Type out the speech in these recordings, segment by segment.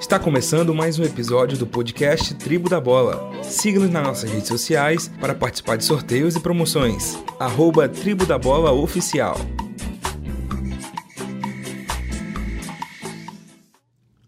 Está começando mais um episódio do podcast Tribo da Bola. Siga-nos nas nossas redes sociais para participar de sorteios e promoções. Arroba Tribo da Bola Oficial.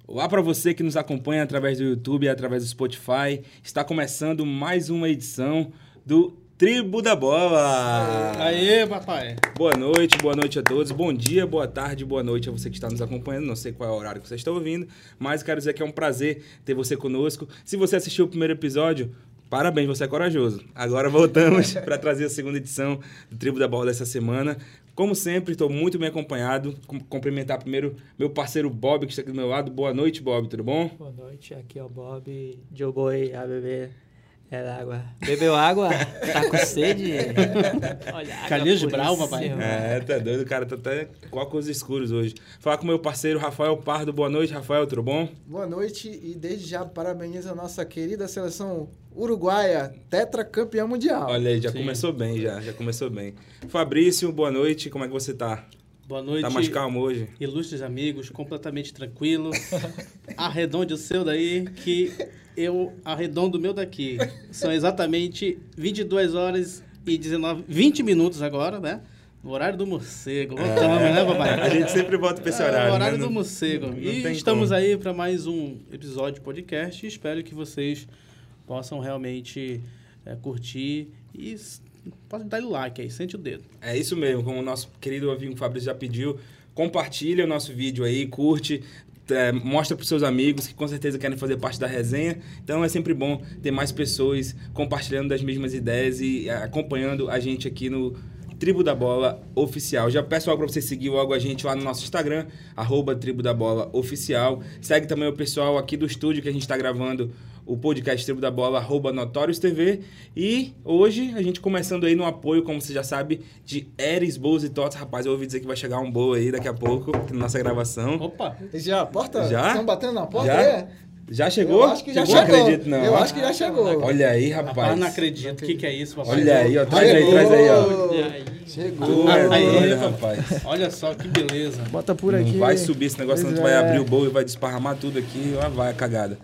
Olá para você que nos acompanha através do YouTube e através do Spotify. Está começando mais uma edição do Tribo da Bola. Aê, papai. Boa noite, boa noite a todos. Bom dia, boa tarde, boa noite a você que está nos acompanhando. Não sei qual é o horário que você está ouvindo, mas quero dizer que é um prazer ter você conosco. Se você assistiu o primeiro episódio, parabéns, você é corajoso. Agora voltamos para trazer a segunda edição do Tribo da Bola dessa semana. Como sempre, estou muito bem acompanhado. Com- Cumprimentar primeiro meu parceiro Bob, que está aqui do meu lado. Boa noite, Bob, tudo bom? Boa noite, aqui é o Bob. Jogou aí a beber. Era água. Bebeu água? Tá com sede? Olha, água Calil de puríssima. Brau, papai. É, tá doido, o cara tá até com óculos escuros hoje. Falar com meu parceiro Rafael Pardo. Boa noite, Rafael, tudo bom? Boa noite e desde já parabenizo a nossa querida seleção uruguaia, tetracampeã mundial. Olha aí, já Sim. começou bem, já, já começou bem. Fabrício, boa noite, como é que você tá? Boa noite. Tá mais calmo hoje? Ilustres amigos, completamente tranquilo. Arredonde o seu daí, que eu arredondo o meu daqui. São exatamente 22 horas e 19, 20 minutos agora, né? O horário do morcego. Voltamos, né, papai? É. A gente sempre volta pra esse É, horário, o horário né? do morcego. não e tem estamos como. aí para mais um episódio de podcast. Espero que vocês possam realmente é, curtir e s- pode dar o like aí, sente o dedo. É isso mesmo, como o nosso querido amigo Fabrício já pediu, compartilha o nosso vídeo aí, curte, é, mostra pros seus amigos que com certeza querem fazer parte da resenha. Então é sempre bom ter mais pessoas compartilhando das mesmas ideias e é, acompanhando a gente aqui no Tribo da Bola Oficial. Já peço logo para você seguir logo a gente lá no nosso Instagram, arroba Tribo da Bola Oficial. Segue também o pessoal aqui do estúdio que a gente está gravando o podcast Tribo da Bola, arroba Notórios TV. E hoje a gente começando aí no apoio, como você já sabe, de Eris, Boas e Tots. Rapaz, eu ouvi dizer que vai chegar um bolo aí daqui a pouco, na nossa gravação. Opa! Já, a porta? Já? Estão batendo na porta? Já? É? Já chegou? Eu acho que já Chegou? chegou. Não acredito, não. Eu acho que já chegou. Olha aí, Rapaz, rapaz. não acredito. O que, que é isso, papai? Olha aí, ó. Traz aí, Chegou. traz aí, ó. E aí? Chegou. Tu é Aí, doido, papai. rapaz. Olha só que beleza. Bota por Não aqui. vai subir esse negócio, não. Pois Tu vai é. abrir o bowl e vai desparramar tudo aqui. Lá vai a cagada.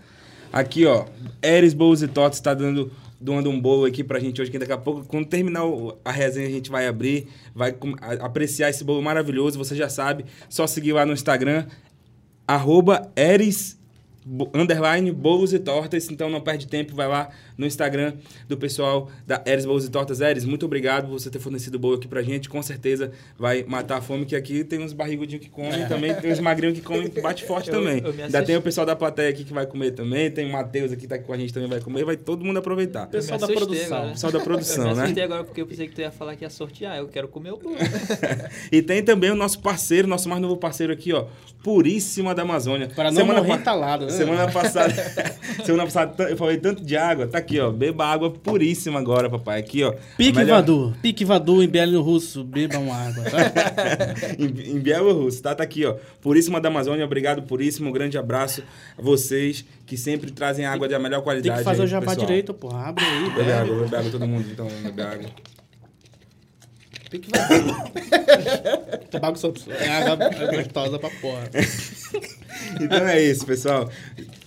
Aqui, ó. Eris Bowls e Tots tá dando, doando um bolo aqui pra gente hoje, que daqui a pouco, quando terminar o- a resenha, a gente vai abrir, vai com- a- apreciar esse bolo maravilhoso. Você já sabe, só seguir lá no Instagram, arroba Eris bo- underline bolos e tortas, então não perde tempo, vai lá no Instagram do pessoal da Eris Bolos e Tortas. Eris, muito obrigado por você ter fornecido o bolo aqui pra gente, com certeza vai matar a fome, que aqui tem uns barrigudinhos que comem também, tem uns magrinhos que comem, bate forte É. Eu- também. eu me Ainda tem assust- o pessoal da plateia aqui que vai comer também, tem o Matheus aqui que tá aqui com a gente também vai comer, vai todo mundo aproveitar. Eu me Pessoal da assustei produção. agora. O pessoal da eu produção, me né? assustei agora porque eu pensei que tu ia falar que ia sortear. Eu quero comer o bolo. E tem também o nosso parceiro, nosso mais novo parceiro aqui, ó, Puríssima da Amazônia. Para não morrer pa- entalado, né? Semana passada, semana passada tan- eu falei tanto de água, tá aqui, ó, beba água puríssima agora, papai. Aqui, ó. Pique a É melhor- Vadu, pique Vadu em Belo Russo, bebam água, tá? em, em Bielorrusso, tá? Tá aqui, ó. Puríssima da Amazônia, obrigado, Puríssimo. Um grande abraço a vocês que sempre trazem água da melhor qualidade. Tem que fazer aí, o jabá pessoal. direito, porra. Abre aí, Bebe velho. água, bebe água, todo mundo, então, bebe água. Tabaco solto. É água gostosa pra porra. Então é isso, pessoal.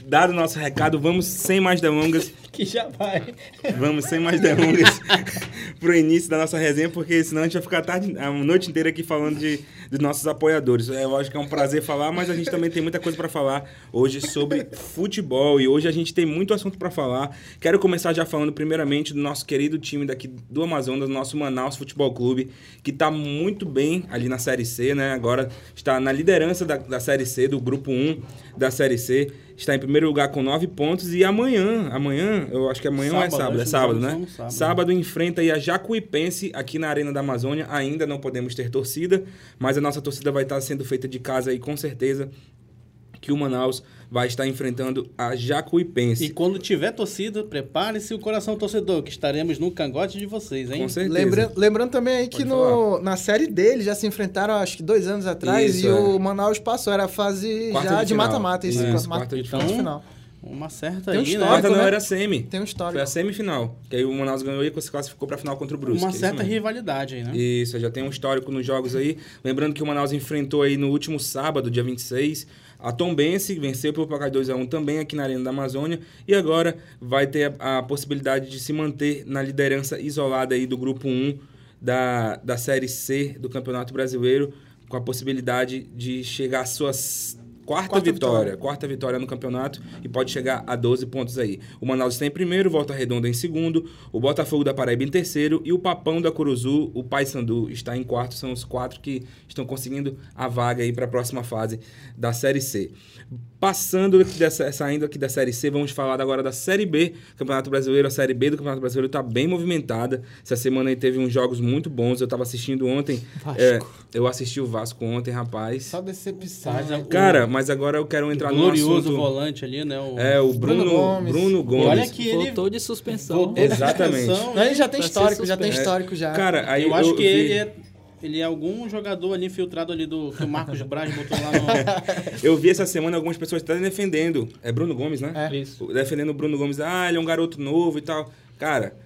Dado o nosso recado, vamos sem mais delongas Que jabá, hein? Vamos sem mais delongas pro início da nossa resenha, porque senão a gente vai ficar a, tarde, a noite inteira aqui falando de, dos nossos apoiadores. É lógico que é um prazer falar, mas a gente também tem muita coisa para falar hoje sobre futebol. E hoje a gente tem muito assunto para falar. Quero começar já falando primeiramente do nosso querido time daqui do Amazonas, do nosso Manaus Futebol Clube, que tá muito bem ali na Série C, né? Agora está na liderança da, da Série C, do grupo 1 da Série C. Está em primeiro lugar com nove pontos. E amanhã, amanhã, eu acho que amanhã ou é Sábado, sábado, é acho que sábado, nós né? vamos Sábado. sábado. enfrenta aí a Jacuipense aqui na Arena da Amazônia. Ainda não podemos ter torcida, mas a nossa torcida vai estar sendo feita de casa aí com certeza que o Manaus vai estar enfrentando a Jacuipense. E quando tiver torcida, prepare-se o coração torcedor, que estaremos no cangote de vocês, hein? Com certeza. Lembra, lembrando também aí que Pode no, na série dele já se enfrentaram acho que dois anos atrás Isso, e é. o Manaus passou. Era a fase Quarta já de de final. mata-mata. Isso, Isso, quarta- quarta de quarta de final. final. Uma certa Tem um aí, né? histórico, Quarta não né? era semi. Tem um histórico. Foi assim. a semifinal. Que aí o Manaus ganhou e se classificou pra final contra o Brusque. é Uma isso certa mesmo. rivalidade aí, né? Isso, já tem um histórico nos jogos aí. Lembrando que o Manaus enfrentou aí no último sábado, dia 26, A Tombense venceu pelo placar de 2x1 também aqui na Arena da Amazônia e agora vai ter a, a possibilidade de se manter na liderança isolada aí do grupo 1 da, da Série C do Campeonato Brasileiro, com a possibilidade de chegar à sua s- quarta, Quarta vitória, vitória. quarta vitória no campeonato e pode chegar a 12 pontos aí. O Manaus está em primeiro, Volta Redonda em segundo, o Botafogo da Paraíba em terceiro e o Papão da Curuzu, o Paysandu, está em quarto. São os quatro que estão conseguindo a vaga aí para a próxima fase da Série C. Passando aqui dessa, saindo aqui da Série C, vamos falar agora da Série B, Campeonato Brasileiro. A Série B do Campeonato Brasileiro está bem movimentada. Essa semana aí teve uns jogos muito bons. Eu estava assistindo ontem. Vasco. é, eu assisti o Vasco ontem, rapaz. Só decepção. Mas é né? o- Cara, mas agora eu quero entrar no glorioso assunto. volante ali, né? O... É, o Bruno, Bruno Gomes. Bruno Gomes. E olha que ele Voltou de suspensão. voltou de Exatamente. suspensão Não, ele já Vai tem ser histórico, já tem suspenso. histórico já. Cara, aí eu acho que vi- ele é, ele é algum jogador ali infiltrado ali do que o Marcos Braz botou lá no. Eu vi essa semana algumas pessoas até defendendo. É Bruno Gomes, né? É. Isso. Defendendo o Bruno Gomes. Ah, ele é um garoto novo e tal. Cara,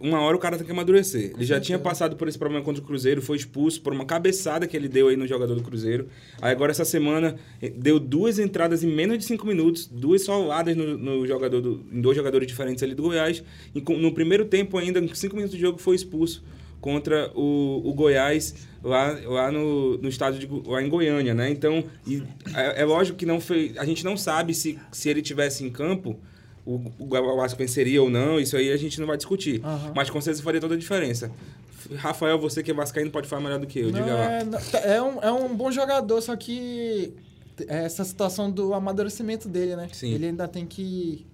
uma hora o cara tem que amadurecer. Ele já tinha passado por esse problema contra o Cruzeiro, foi expulso por uma cabeçada que ele deu aí no jogador do Cruzeiro. Aí agora essa semana eh, deu duas entradas em menos de cinco minutos, duas soladas no, no jogador do- em dois jogadores diferentes ali do Goiás. E com- no primeiro tempo ainda, com cinco minutos de jogo, foi expulso contra o, o Goiás lá, lá no, no estado de Go- lá em Goiânia, né? Então, e é, é lógico que não foi, a gente não sabe se, se ele tivesse em campo o, o Vasco venceria ou não, isso aí a gente não vai discutir. Aham. Mas com certeza faria toda a diferença. F- Rafael, você que é vascaíno pode falar melhor do que eu, Não, diga lá. é, não, tá- é um, é um bom jogador, só que t- é essa situação do amadurecimento dele, né? Sim. Ele ainda tem que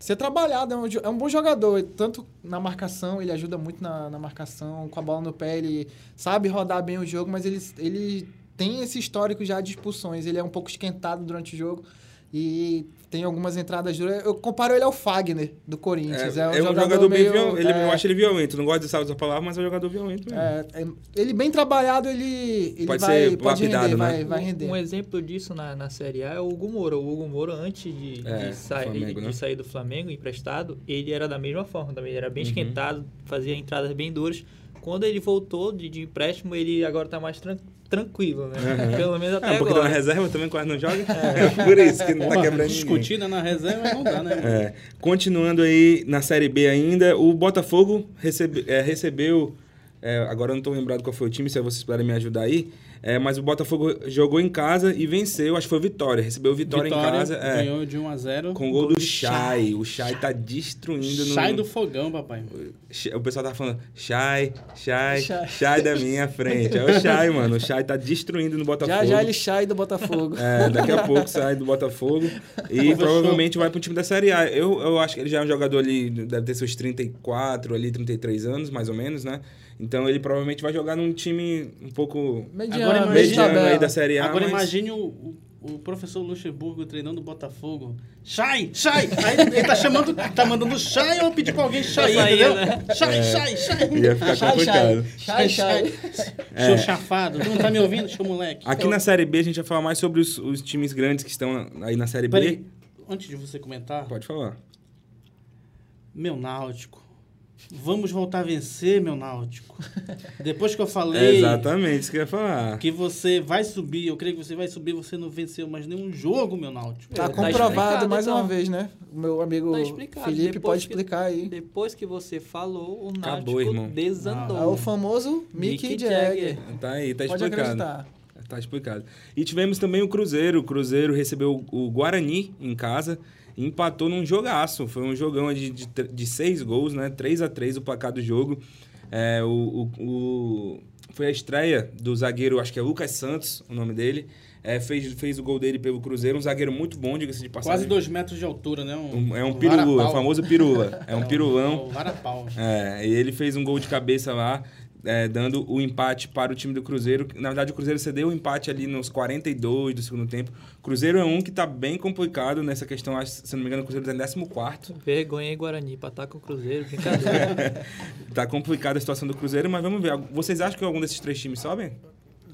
ser trabalhado. É um, jo- é um bom jogador, tanto na marcação, ele ajuda muito na, na marcação, com a bola no pé, ele sabe rodar bem o jogo, mas ele, ele tem esse histórico já de expulsões. Ele é um pouco esquentado durante o jogo. E tem algumas entradas duras. Eu comparo ele ao Fagner, do Corinthians. É, um, jogador, bem meio, violento. Ele, é, Eu acho ele violento. Não gosto de usar essa palavra, mas é um jogador violento mesmo. é, é, ele bem trabalhado, ele, ele Pode vai, ser pode lapidado, né? render, vai, vai render. Um exemplo disso na, na Série A é o Hugo Moura. O Hugo Moura, antes de, de É, sair- Flamengo, de né? sair do Flamengo, emprestado, ele era da mesma forma também. Ele era Uhum. bem esquentado, fazia entradas bem duras. Quando ele voltou de, de empréstimo, ele agora tá mais tran- tranquilo, né? Pelo menos até Ah, porque tá na agora. reserva também quase não joga. É. Por isso que não tá quebrando ninguém. Discutida na reserva não dá, né? É, continuando aí na Série B ainda, o Botafogo recebe- é, recebeu. é, agora eu não estou lembrado qual foi o time, se vocês puderem me ajudar aí. é, mas o Botafogo jogou em casa e venceu, acho que foi vitória. Recebeu vitória, em casa. é, ganhou de 1 a 0 com o gol do Shai. O Shai tá destruindo no. Sai do fogão, papai. O pessoal tá falando, Shai, Shai, Shai. Shai da minha frente. É o Shai, mano. O Shai tá destruindo no Botafogo. Já já ele sai do Botafogo. É, daqui a pouco sai do Botafogo e Fechou. provavelmente vai pro time da Série A. Eu, eu acho que ele já é um jogador ali, deve ter seus 34, ali, 33 anos, mais ou menos, né? Então ele provavelmente vai jogar num time um pouco Agora Mediano, imagina- meio de mediano tabela. aí da Série A. Agora mas- imagine o, o- o professor Luxemburgo treinando o Botafogo. Sai, sai! Aí ele tá chamando, tá mandando sai ou pedir pra alguém sair, Sair, entendeu? né? Sai, sai, sai! É. Ia ficar Chai, chai. complicado. Chai, chai. Seu chafado, tu não tá me ouvindo, seu moleque? Aqui na Série B a gente vai falar mais sobre os, os times grandes que estão aí na Série B. Peraí, antes de você comentar, Pode falar. meu Náutico, vamos voltar a vencer, meu Náutico. Depois que eu É falei exatamente isso que eu ia falar. que você vai subir, eu creio que você vai subir, você não venceu mais nenhum jogo, meu Náutico. Tá Tá comprovado explicado, mais uma então. vez, né? O meu amigo Tá explicado. Felipe Depois pode que- explicar aí. Depois que você falou, o Acabou, Náutico irmão. Ah, desandou. É o famoso Mickey, Jagger. Tá aí, tá Pode explicado. acreditar. Tá explicado. E tivemos também o Cruzeiro. O Cruzeiro recebeu o Guarani em casa e empatou num jogaço. Foi um jogão de, de, tre- de seis gols, né? 3 a 3 o placar do jogo. É, o, o- o- foi a estreia do zagueiro, acho que é Lucas Santos, o nome dele. É, fez, fez o gol dele pelo Cruzeiro. Um zagueiro muito bom, diga-se de Quase passagem. dois metros de altura, né? Um- é um pirula, é o varapau. famoso pirula. É um pirulão. É um varapau. É, e ele fez um gol de cabeça lá, é, dando o empate para o time do Cruzeiro. Na verdade, o Cruzeiro cedeu o empate ali nos 42 do segundo tempo. Cruzeiro é um que tá bem complicado nessa questão. acho- Se não me engano, o Cruzeiro tá em 14. Vergonha em Guarani, pra estar com o Cruzeiro, brincadeira. Tá complicada a situação do Cruzeiro, mas vamos ver. Vocês acham que algum desses três times sobem?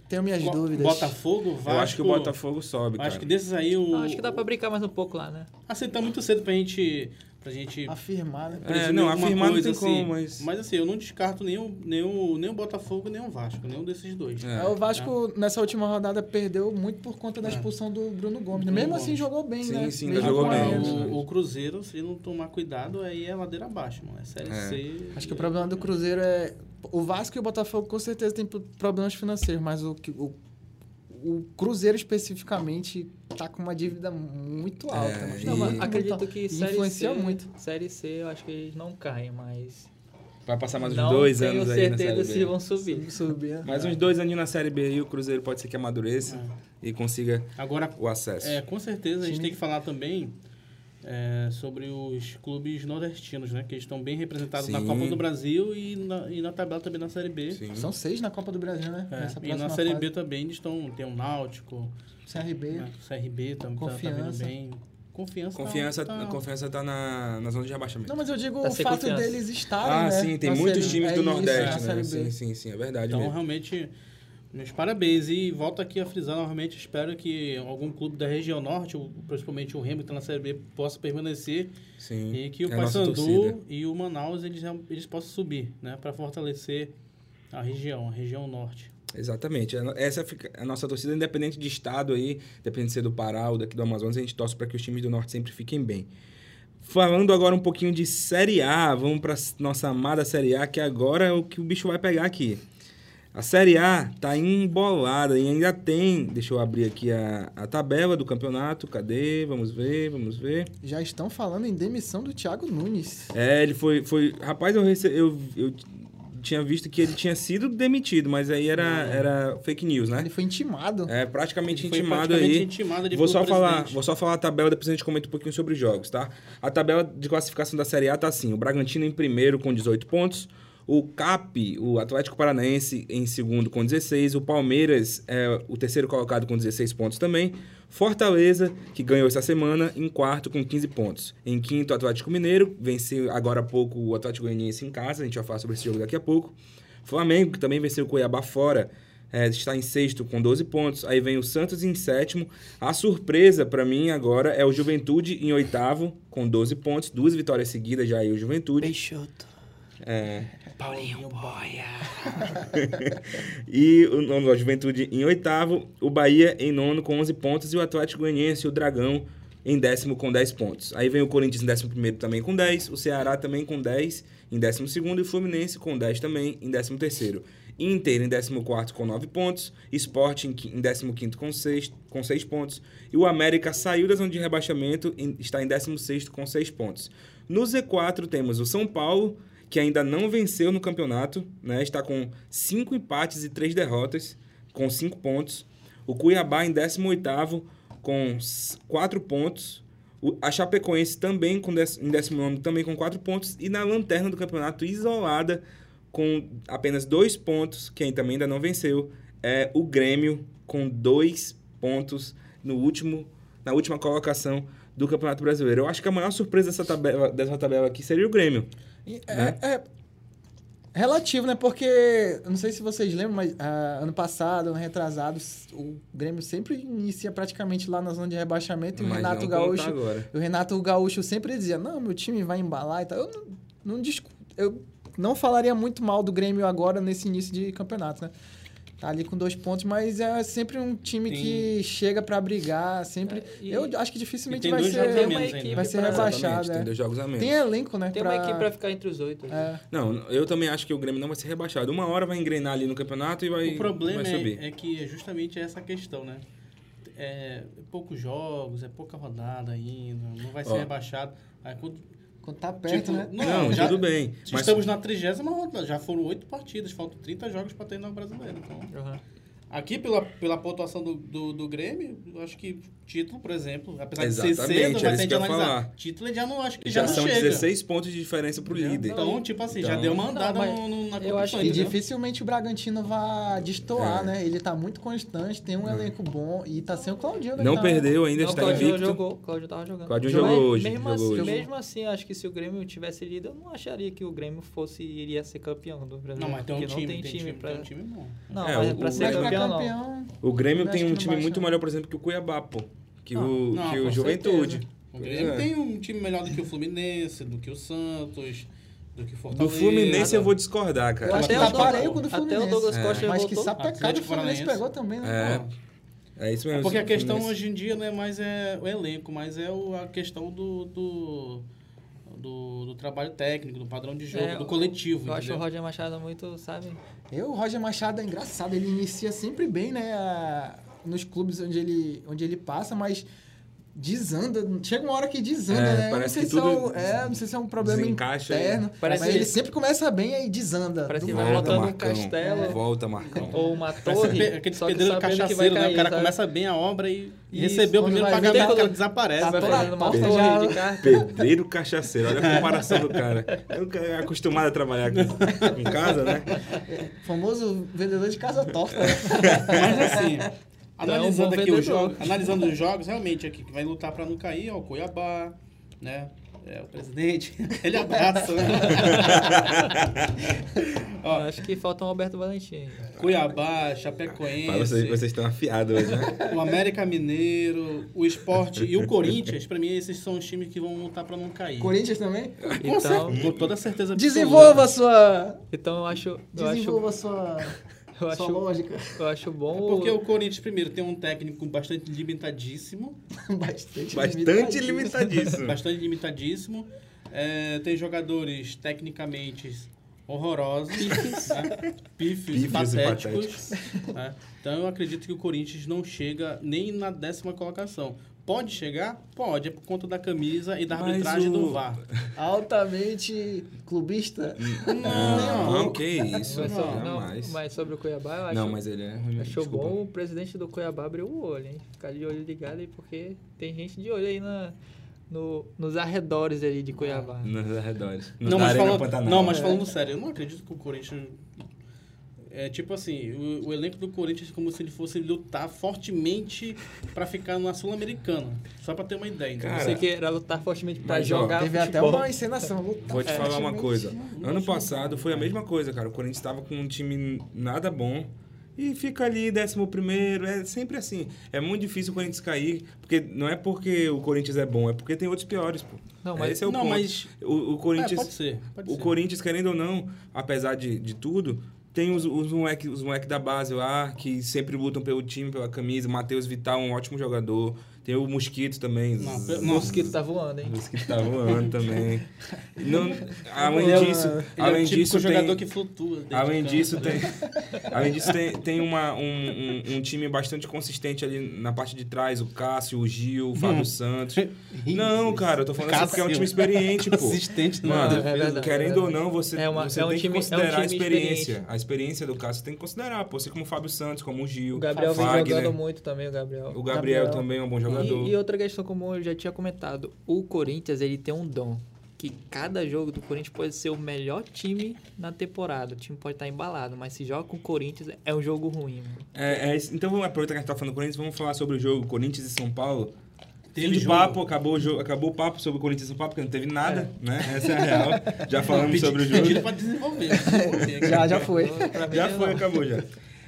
Tenho minhas Bo- dúvidas. Botafogo, Vasco. Eu acho que o Botafogo sobe, Acho cara. que desses aí o. Acho que dá pra brincar mais um pouco lá, né? Assim, tá muito cedo pra gente Pra gente Afirmar, né? presumir é, não, alguma afirmar não coisa, tem como, assim. mas- Mas assim, eu não descarto nenhum, nenhum, nenhum Botafogo, nenhum Vasco, nenhum desses dois. É. É, o Vasco, nessa última rodada, perdeu muito por conta da expulsão do Bruno Gomes. É. Bruno Mesmo Gomes. assim, jogou bem, Sim, né? sim, Mesmo jogou com a bem. Agora, menos. exatamente. o, o Cruzeiro, se não tomar cuidado, aí é ladeira abaixo, mano. É Série É. C. Acho que o problema do Cruzeiro é. O Vasco e o Botafogo com certeza têm pro- problemas financeiros, mas o, que- o, o Cruzeiro especificamente tá com uma dívida muito alta. É, mas e- Não, mas muito acredito alta. que E série influencia C, muito. Série C, eu acho que eles não caem, mas Vai passar mais uns não dois tenho anos aí na certeza Série se B. vão subir. Subir, né? um Mais uns dois aninhos na Série B e o Cruzeiro pode ser que amadureça e consiga Agora, o acesso. é, com certeza, a gente tem que falar também é, sobre os clubes nordestinos, né? Que eles estão bem representados na Sim. Copa do Brasil e na, e na tabela também na Série B. Sim. É. São seis na Copa do Brasil, né? É, Nessa e na próxima Série fase. B também eles estão. Tem o Náutico, CRB. né, o CRB também tá- tá vindo Confiança. bem. Confiança. tá- Confiança, tá- confiança tá na, na zona de rebaixamento. Não, mas eu digo Tá o sem fato confiança. deles estarem. ah, né, sim, tem na muitos série- times é do isso, Nordeste, na né? Série Sim, B. sim, sim, é verdade Então, mesmo. realmente, meus parabéns. E volto aqui a frisar novamente, espero que algum clube da região norte, o- principalmente o Remo, que está na Série B, possa permanecer. Sim, E que o é a nossa torcida. Paysandu e o Manaus, eles, real- eles possam subir, né? Para fortalecer a região, a região norte. Exatamente. A no- Essa fica a nossa torcida, independente de estado aí, independente de ser do Pará ou daqui do Amazonas, a gente torce para que os times do Norte sempre fiquem bem. Falando agora um pouquinho de Série A, vamos para nossa amada Série A, que agora é o que o bicho vai pegar aqui. A Série A tá embolada e ainda tem. Deixa eu abrir aqui a, a tabela do campeonato. Cadê? Vamos ver, vamos ver. Já estão falando em demissão do Thiago Nunes. É, ele foi. foi rapaz, eu, rece... eu, eu tinha visto que ele tinha sido demitido, mas aí era, era fake news, né? Ele foi intimado. É, praticamente Ah. Foi intimado praticamente aí. intimado ali Vou pelo só, falar, presidente. vou só falar a tabela, depois a gente comenta um pouquinho sobre os jogos, tá? A tabela de classificação da Série A tá assim: o Bragantino em primeiro com 18 pontos, o CAP, o Atlético Paranaense, em segundo com 16, o Palmeiras é o terceiro colocado com 16 pontos também, Fortaleza, que ganhou essa semana, em quarto com 15 pontos. Em quinto, o Atlético Mineiro, venceu agora há pouco o Atlético Goianiense em casa, a gente vai falar sobre esse jogo daqui a pouco. Flamengo, que também venceu o Cuiabá fora, é, está em sexto com 12 pontos. Aí vem o Santos em sétimo. A surpresa para mim agora é o Juventude em oitavo com 12 pontos. Duas vitórias seguidas já aí o Juventude. Peixoto. É. Paulinho Boia. E o não, não, a Juventude em oitavo. O Bahia em nono com 11 pontos. E o Atlético Goianiense, o Dragão, em décimo com 10 pontos. Aí vem o Corinthians em décimo primeiro também com 10. O Ceará também com 10 em décimo segundo. E o Fluminense com 10 também em décimo terceiro. Inter em 14 com 9 pontos, Sport em qui- em 15 com 6, com 6 pontos, e o América saiu da zona de rebaixamento e está em 16 com 6 pontos. No Z4 temos o São Paulo, que ainda não venceu no campeonato, né? está com 5 empates e 3 derrotas, com 5 pontos. O Cuiabá em 18 com 4 pontos. O- A Chapecoense também com dez- em 19 também com 4 pontos. E na lanterna do campeonato, isolada, com apenas 2 pontos, quem também ainda não venceu, é o Grêmio, com 2 pontos no último, na última colocação do Campeonato Brasileiro. Eu acho que a maior surpresa dessa tabela, dessa tabela aqui seria o Grêmio. E Né? É, é relativo, né? Porque, eu não sei se vocês lembram, mas ah, ano passado, ano retrasado, s- o Grêmio sempre inicia praticamente lá na zona de rebaixamento e o Mas Renato não como tá Gaúcho. agora. O Renato Gaúcho sempre dizia: Não, meu time vai embalar e tal. Eu não, não discu- Eu não falaria muito mal do Grêmio agora nesse início de campeonato, né? Tá ali com dois pontos, mas é sempre um time que chega pra brigar, sempre. É, e- eu acho que e dificilmente tem vai dois ser. jogos a Tem uma menos né? ainda. equipe Vai ser pra- rebaixado. Exatamente, né? Tem dois jogos a menos. Tem elenco, né? Tem uma equipe pra ficar entre os oito. É. né? Não, eu também acho que o Grêmio não vai ser rebaixado. Uma hora vai engrenar ali no campeonato e vai, O problema vai subir. é, é que é justamente essa questão, né? É poucos jogos, é pouca rodada ainda, não vai ser Ó. rebaixado. Aí quando Quando tá perto, Tipo, né? Não, já- tudo bem. Mas Estamos na trigésima rodada, já foram oito partidas, faltam 30 jogos para terminar o brasileiro. Então, Aham. aqui, pela, pela pontuação do, do, do Grêmio, eu acho que título, por exemplo, apesar de ser Exatamente, cedo, era mas isso tem que de eu ia analisar. falar. Título já não acho que já, já não são chega. 16 pontos de diferença pro líder. Então, tipo assim, já Então- deu uma andada Não, mas no, no- na eu acho competição, E entendeu? dificilmente o Bragantino vai destoar, É. né? Ele tá muito constante, tem um elenco bom e tá sem o Claudinho. né? não Tá- perdeu ainda, Não, o está Claudio invicto. jogou. O Claudio tava jogando. Claudio Mas jogou hoje, Mesmo, jogou assim, hoje. mesmo assim, acho que se o Grêmio tivesse lido, eu não acharia que o Grêmio fosse iria ser campeão do Brasil. Não, mas tem um porque time, não tem time pra... tem um time bom. Não, É, mas o- pra o Mas ser Grêmio- pra campeão, não. campeão. O Grêmio Eu tem acho um que não time baixa, muito não. melhor, por exemplo, que o Cuiabá, pô. Que o, Não, que o com Juventude. certeza. O é. Grêmio tem um time melhor do que o Fluminense, do que o Santos, do que Do o Fortaleza. Fluminense eu vou discordar, Eu cara. acho que Até tá o Douglas- pareio com o do até Fluminense. É. o Douglas Costa Mas já que voltou. sabe pecado o Atlético Fluminense Paranaense. pegou também, né? É. É isso mesmo. É porque a questão Fluminense. hoje em dia não é mais é o elenco, mas é o- a questão do, do, do, do trabalho técnico, do padrão de jogo, É, do coletivo. Eu acho o entendeu? Roger Machado muito, sabe? Eu, o Roger Machado é engraçado, ele inicia sempre bem, né? a- Nos clubes onde ele, onde ele passa, mas desanda. Chega uma hora que desanda, É, né? parece não sei que se é, tudo um, é, não sei se é um problema desencaixa aí. interno. Parece mas que- ele sempre começa bem e aí desanda. Parece do que vai nada. Volta, montando um Marcão. castelo. Volta, Marcão. Ou uma Parece torre. pe- Aquele só que pedreiro sabendo que vai cachaceiro, né? cair, tá O cara sabe? começa bem a obra e Isso, recebeu o quando primeiro vai ver, pagamento, tá o cara todo- desaparece. né? Vai Tá velho. fazendo uma Tá torre de já- carro. Pedreiro cachaceiro, olha a comparação do cara. Eu nunca é acostumado a trabalhar com- em casa, né? Famoso vendedor de casa torta. né? Mas assim, bom analisando aqui vendedor. os jogos, analisando os jogos, realmente aqui, que vai lutar pra não cair, ó, o Cuiabá, né? É, o presidente, ele abraça, né? Eu ó, Acho que falta um Alberto Valentim. Cuiabá, Mas vocês, Chapecoense, vocês estão afiados hoje, né? o América Mineiro, o Esporte e o Corinthians, pra mim, esses são os times que vão lutar pra não cair. Corinthians também? Com, Então, cer- com toda certeza. absoluta. Desenvolva sua. então eu acho. Eu acho, Desenvolva sua. eu sua acho, lógica. eu acho bom. o- É Porque o Corinthians, primeiro, tem um técnico bastante limitadíssimo, Bastante. Bastante limitadinho. limitadíssimo. bastante limitadíssimo. É, tem jogadores tecnicamente horrorosos, né? pífios, e Pífios e patéticos. né? Então eu acredito que o Corinthians não chega nem na décima colocação. Pode chegar? Pode, é por conta da camisa e da Mas arbitragem o- do VAR. Altamente clubista. Hum. Não, Não, que isso. mas, sobre, não, Jamais. mas sobre o Cuiabá, eu acho. Não, mas ele é ruim. mesmo, Achou desculpa. bom o presidente do Cuiabá abriu o olho, hein? Ficar de olho ligado aí, porque tem gente de olho aí na, no, nos arredores ali de Cuiabá. Nos arredores. Na Não, mas Arena falando, Pantanal. não, mas falando sério, eu não acredito que o Corinthians. É tipo assim, o, o elenco do Corinthians é como se ele fosse lutar fortemente pra ficar na Sul-Americana. Só pra ter uma ideia, entendeu? Eu Cara, sei que era lutar fortemente pra mas, ó, jogar. Teve até futebol. uma encenação. Vou te É, Lutar falar uma fortemente. coisa. Ano gosto passado foi a mesma coisa, cara. O Corinthians estava com um time nada bom e fica ali décimo primeiro. É sempre assim. É muito difícil o Corinthians cair, porque não é porque o Corinthians é bom, é porque tem outros piores, pô. Não, mas- esse é o Não, ponto. mas- O, o É, Corinthians, pode ser. Pode o ser. Corinthians querendo ou não, apesar de, de tudo, tem os, os moleques os moleque da base lá que sempre lutam pelo time, pela camisa. Matheus Vital, um ótimo jogador. Tem o Mosquito também. Não, Z- pe- O mosquito tá voando, hein? os que tá voando também. Não, além Ele é um- disso, ele é um além típico disso tem, jogador que flutua. dentro de além campo. né? disso tem, além disso tem, tem uma, um, um, um time bastante consistente ali na parte de trás, o Cássio, o Gil, o Fábio Santos. Não, cara, eu tô falando assim porque é um Hum. Cássio. time experiente, pô. Consistente, não. Mano, É verdade, querendo é ou não, você, É uma- você é um tem que time- é um considerar a time experiência. experiente. A experiência do Cássio tem que considerar, pô. Você como o Fábio Santos, como o Gil, O Gabriel vem Fagner, jogando muito também, o Gabriel. o Gabriel, Gabriel. também é um bom jogador. E, e outra questão, como eu já tinha comentado, o Corinthians ele tem um dom. Que cada jogo do Corinthians pode ser o melhor time na temporada. O time pode estar embalado, mas se joga com o Corinthians, é um jogo ruim. mano. É, é isso. então vamos aproveitar que a gente tá falando do Corinthians, vamos falar sobre o jogo Corinthians e São Paulo. Teve Fim de jogo. papo, acabou o, jogo, acabou o papo sobre o Corinthians e São Paulo, porque não teve nada, né? Essa é a real. Já falamos Pedi- sobre o Pediram jogo. pra desenvolver. né? desenvolver. Já, já foi. Pra mim, Já não. foi, acabou já.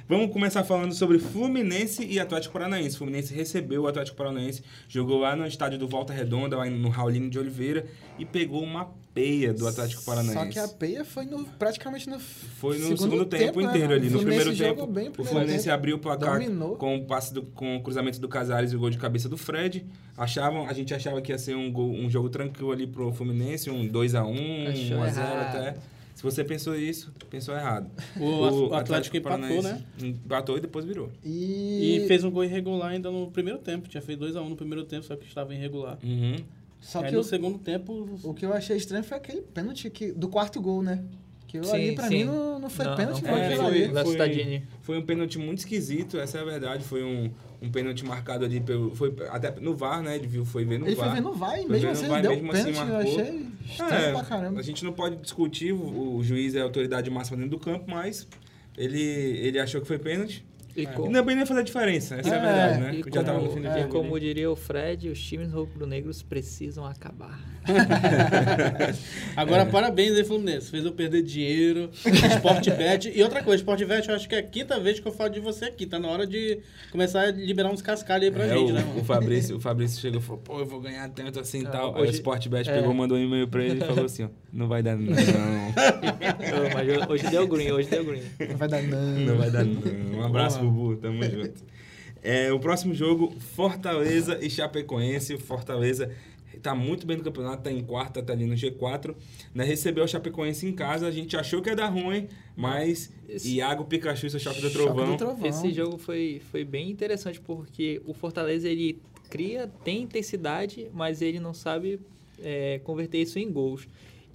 Vamos começar falando sobre Fluminense e Atlético Paranaense. Fluminense recebeu o Atlético Paranaense, jogou lá no estádio do Volta Redonda, lá no Raulino de Oliveira, e pegou uma peia do Atlético Paranaense. Só que a peia foi no- praticamente no Foi no segundo, tempo, né? inteiro ali. O No Fluminense primeiro jogou tempo, bem, o primeiro Fluminense tempo. abriu o placar dominou. com o passe do, com o cruzamento do Casares e o gol de cabeça do Fred. Achavam, a gente achava que ia ser um, gol- um jogo tranquilo ali pro Fluminense, um 2x1, Achou 1x0 errado. até. Se você pensou isso, pensou errado. O Atlético empatou, né? Paranaense Empatou e depois virou. E, E fez um gol irregular ainda no primeiro tempo. Tinha feito 2x1 no primeiro tempo, só que estava irregular. Uhum. só Aí que no o, segundo tempo. o que eu achei estranho foi aquele pênalti que, do quarto gol, né? Que eu Sim, ali pra sim. mim não, não foi Não, pênalti, né? não foi foi. aquilo Foi. ali. Da Cittadini. Foi um pênalti muito esquisito, essa é a verdade. Foi um, um pênalti marcado ali pelo. Foi até no VAR, né? Ele viu, foi ver no Ele VAR. foi ver no Foi vai, mesmo ver no assim VAR, ele deu mesmo assim pênalti, eu marcou. É. achei estranho pra caramba. A gente não pode discutir, o o juiz é a autoridade máxima dentro do campo, mas ele, ele achou que foi pênalti. E Não como, Ainda bem não ia fazer diferença, essa é, a É, verdade, né? e Porque Já tava no como- é fim do e jogo. como né? diria o Fred, os times rubro-negros precisam acabar. É. Agora, parabéns aí, Fluminense. Fez eu perder dinheiro, Sportbet. e outra coisa, Sportbet, eu acho que é a quinta vez que eu falo de você aqui. Tá na hora de começar a liberar uns cascalhos aí pra É, gente, o, né, mano? o Fabrício, o Fabrício chegou e falou, pô, eu vou ganhar tanto assim e tal. Aí o hoje- Sportbet é. pegou, mandou um e-mail pra ele e falou assim, ó, não vai dar não, Ô, mas ho- hoje deu green, hoje deu green. Não vai dar não. não vai dar não. Um abraço, Bubu, tamo junto. É, o próximo jogo, Fortaleza e Chapecoense. O Fortaleza tá muito bem no campeonato, tá em quarta, tá ali no G4. Né? Recebeu o Chapecoense em casa, a gente achou que ia dar ruim, mas Esse- Iago Pikachu e seu Choque do Choque do Trovão... trovão. Esse jogo foi, foi bem interessante porque o Fortaleza ele cria, tem intensidade, mas ele não sabe é, converter isso em gols.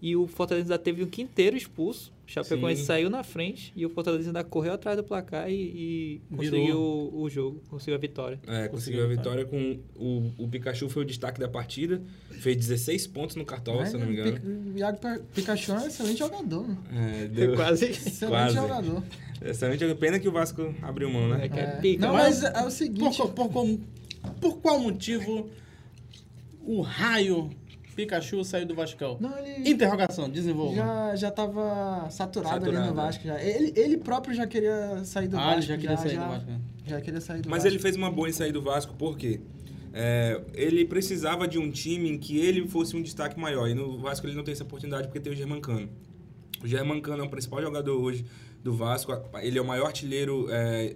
E o Fortaleza ainda teve um quinteiro expulso. O Chapecoense Sim. saiu na frente e o Fortaleza ainda correu atrás do placar e, e Virou. conseguiu o, o jogo, conseguiu a vitória. É, conseguiu a vitória com o, o Pikachu foi o destaque da partida, fez 16 pontos no cartola, Mas é se eu não me engano. Pic- O né? Iago Pi- Pikachu é um excelente jogador. né? É, deu... Quase. Excelente Quase. jogador. Excelente, pena que o Vasco abriu mão, É né? que é É. pica, Não, mas- mas é o Por, seguinte. co- por como- por qual motivo o raio Pikachu saiu do Vascão? Não, ele Então, Interrogação, desenvolva. já, já tava saturado, ali Saturado, no Vasco. Já. Ele, ele próprio já queria sair do Ah, ele Vasco. já queria sair do já, Vasco, né? Já queria sair do Mas Vasco. ele fez uma boa em sair do Vasco, por quê? É, ele precisava de um time em que ele fosse um destaque maior. E no Vasco ele não tem essa oportunidade porque tem o Germancano. O Germancano é o principal jogador hoje do Vasco. Ele é o maior artilheiro, é,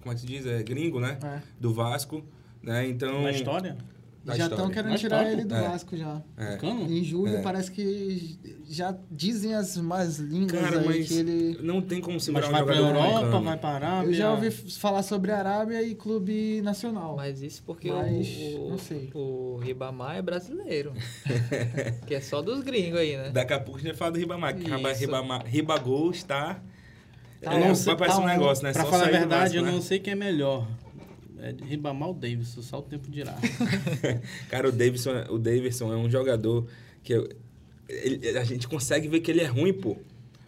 como é que se diz? É, gringo, né? É. Do Vasco. Né? Então, Na história? da Já história. estão querendo Mas tirar pode. ele do É. Vasco já. É. Cano? Em julho, É. parece que já dizem as más línguas Cara, um aí mas que ele. não tem como segurar Mas um vai pra jogador Europa, americano. vai pra Arábia. Eu já ouvi falar sobre Arábia e Clube Nacional. Mas isso porque o- Mas, o, não sei. o Ribamar é brasileiro. que é só dos gringos aí, né? Daqui a pouco a gente vai falar do Ribamar. que Riba- Isso. Ribamar- Ribagol está... Eu é, não vai parecer um tá negócio, né? Pra Só falar a sair do verdade, Vasco, eu né? não sei quem é melhor. É de Ribamar ou Davis, só o tempo dirá. Cara, o Davidson, o Davidson é um jogador que eu- ele- a gente consegue ver que ele é ruim, pô.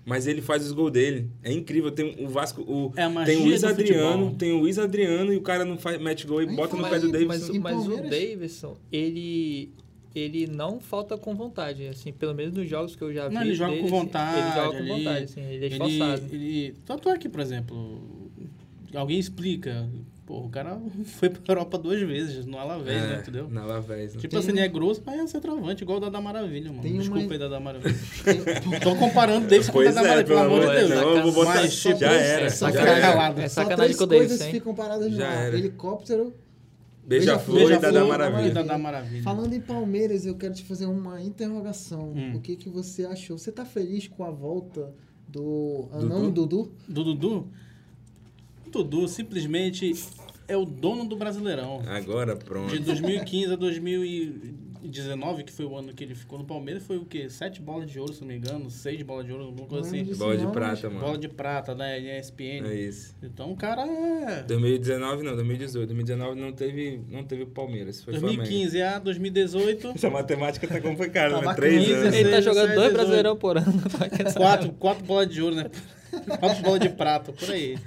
Mas ele faz os gols dele. É incrível. Tem o Vasco, o, É a magia tem um o Luiz do Adriano, futebol. tem o Luiz Adriano e o cara não faz, mete gol e Aí bota no fala pé do aí, Davidson. Mas, Em mas o Palmeiras? Davidson, ele, ele não falta com vontade, assim, pelo menos nos jogos que eu já vi. Não, ele joga dele, com assim, vontade. Ele joga com ali. vontade, assim, ele é Ele- esforçado. ele- Tanto é que, por exemplo, alguém explica. Pô, o cara foi pra Europa duas vezes, no Alavés, né? É, Entendeu? na Lavés. né? Tipo Tem assim, um- é grosso, mas é centroavante, igual o Dada Maravilha, mano. Tem uma- Desculpa aí, Dada Maravilha. Tô comparando o Davis com o Pois Dada é, Maravilha, pelo amor de Deus. Deus. Eu vou botar. Mas, tipo, já era. é Já sacanagem. era. calado. É Só sacanagem três com o Davidson, coisas hein? ficam paradas no Já ar. era. Helicóptero. Beija-flor Beija-flor e Dada né, e Maravilha. Dada Maravilha. Falando em Palmeiras, eu quero te fazer uma interrogação. Hum. O que, que você achou? Você tá feliz com a volta do Dudu? anão Dudu? Do Dudu? O Dudu simplesmente é o dono do Brasileirão. Agora De pronto. 2015 a 2019, que foi o ano que ele ficou no Palmeiras, foi o quê? Sete bolas de ouro, se não me engano, seis bolas de ouro, alguma coisa Não lembro assim. disso, Bola de não, prata, Bola mano. de prata, né? ESPN. É isso. Então o cara é. 2019 não, 2018. 2019 não teve, não teve Palmeiras. Foi Flamengo. 2015 a 2018, Essa matemática tá complicada, Tá né? Três bacana. anos. Ele tá 16, jogando 17, dois brasileirão por ano. quatro, quatro bolas de ouro, né? Quatro bolas de prata, por aí.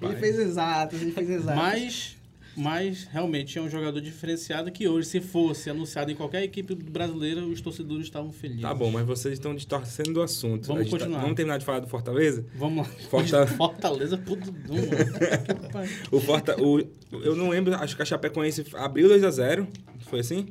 Ele fez exatas, ele fez exatas. Mas, mas realmente é um jogador diferenciado que hoje, se fosse anunciado em qualquer equipe brasileira, os torcedores estavam felizes. Tá bom, mas vocês estão distorcendo do assunto. Vamos A gente tá- continuar. vamos terminar de falar do Fortaleza? Vamos lá. Forta- Fortaleza pro Dudu, mano. Que pariu. O Forta, o, eu não lembro, acho que a Chapecoense abriu 2x0, foi assim?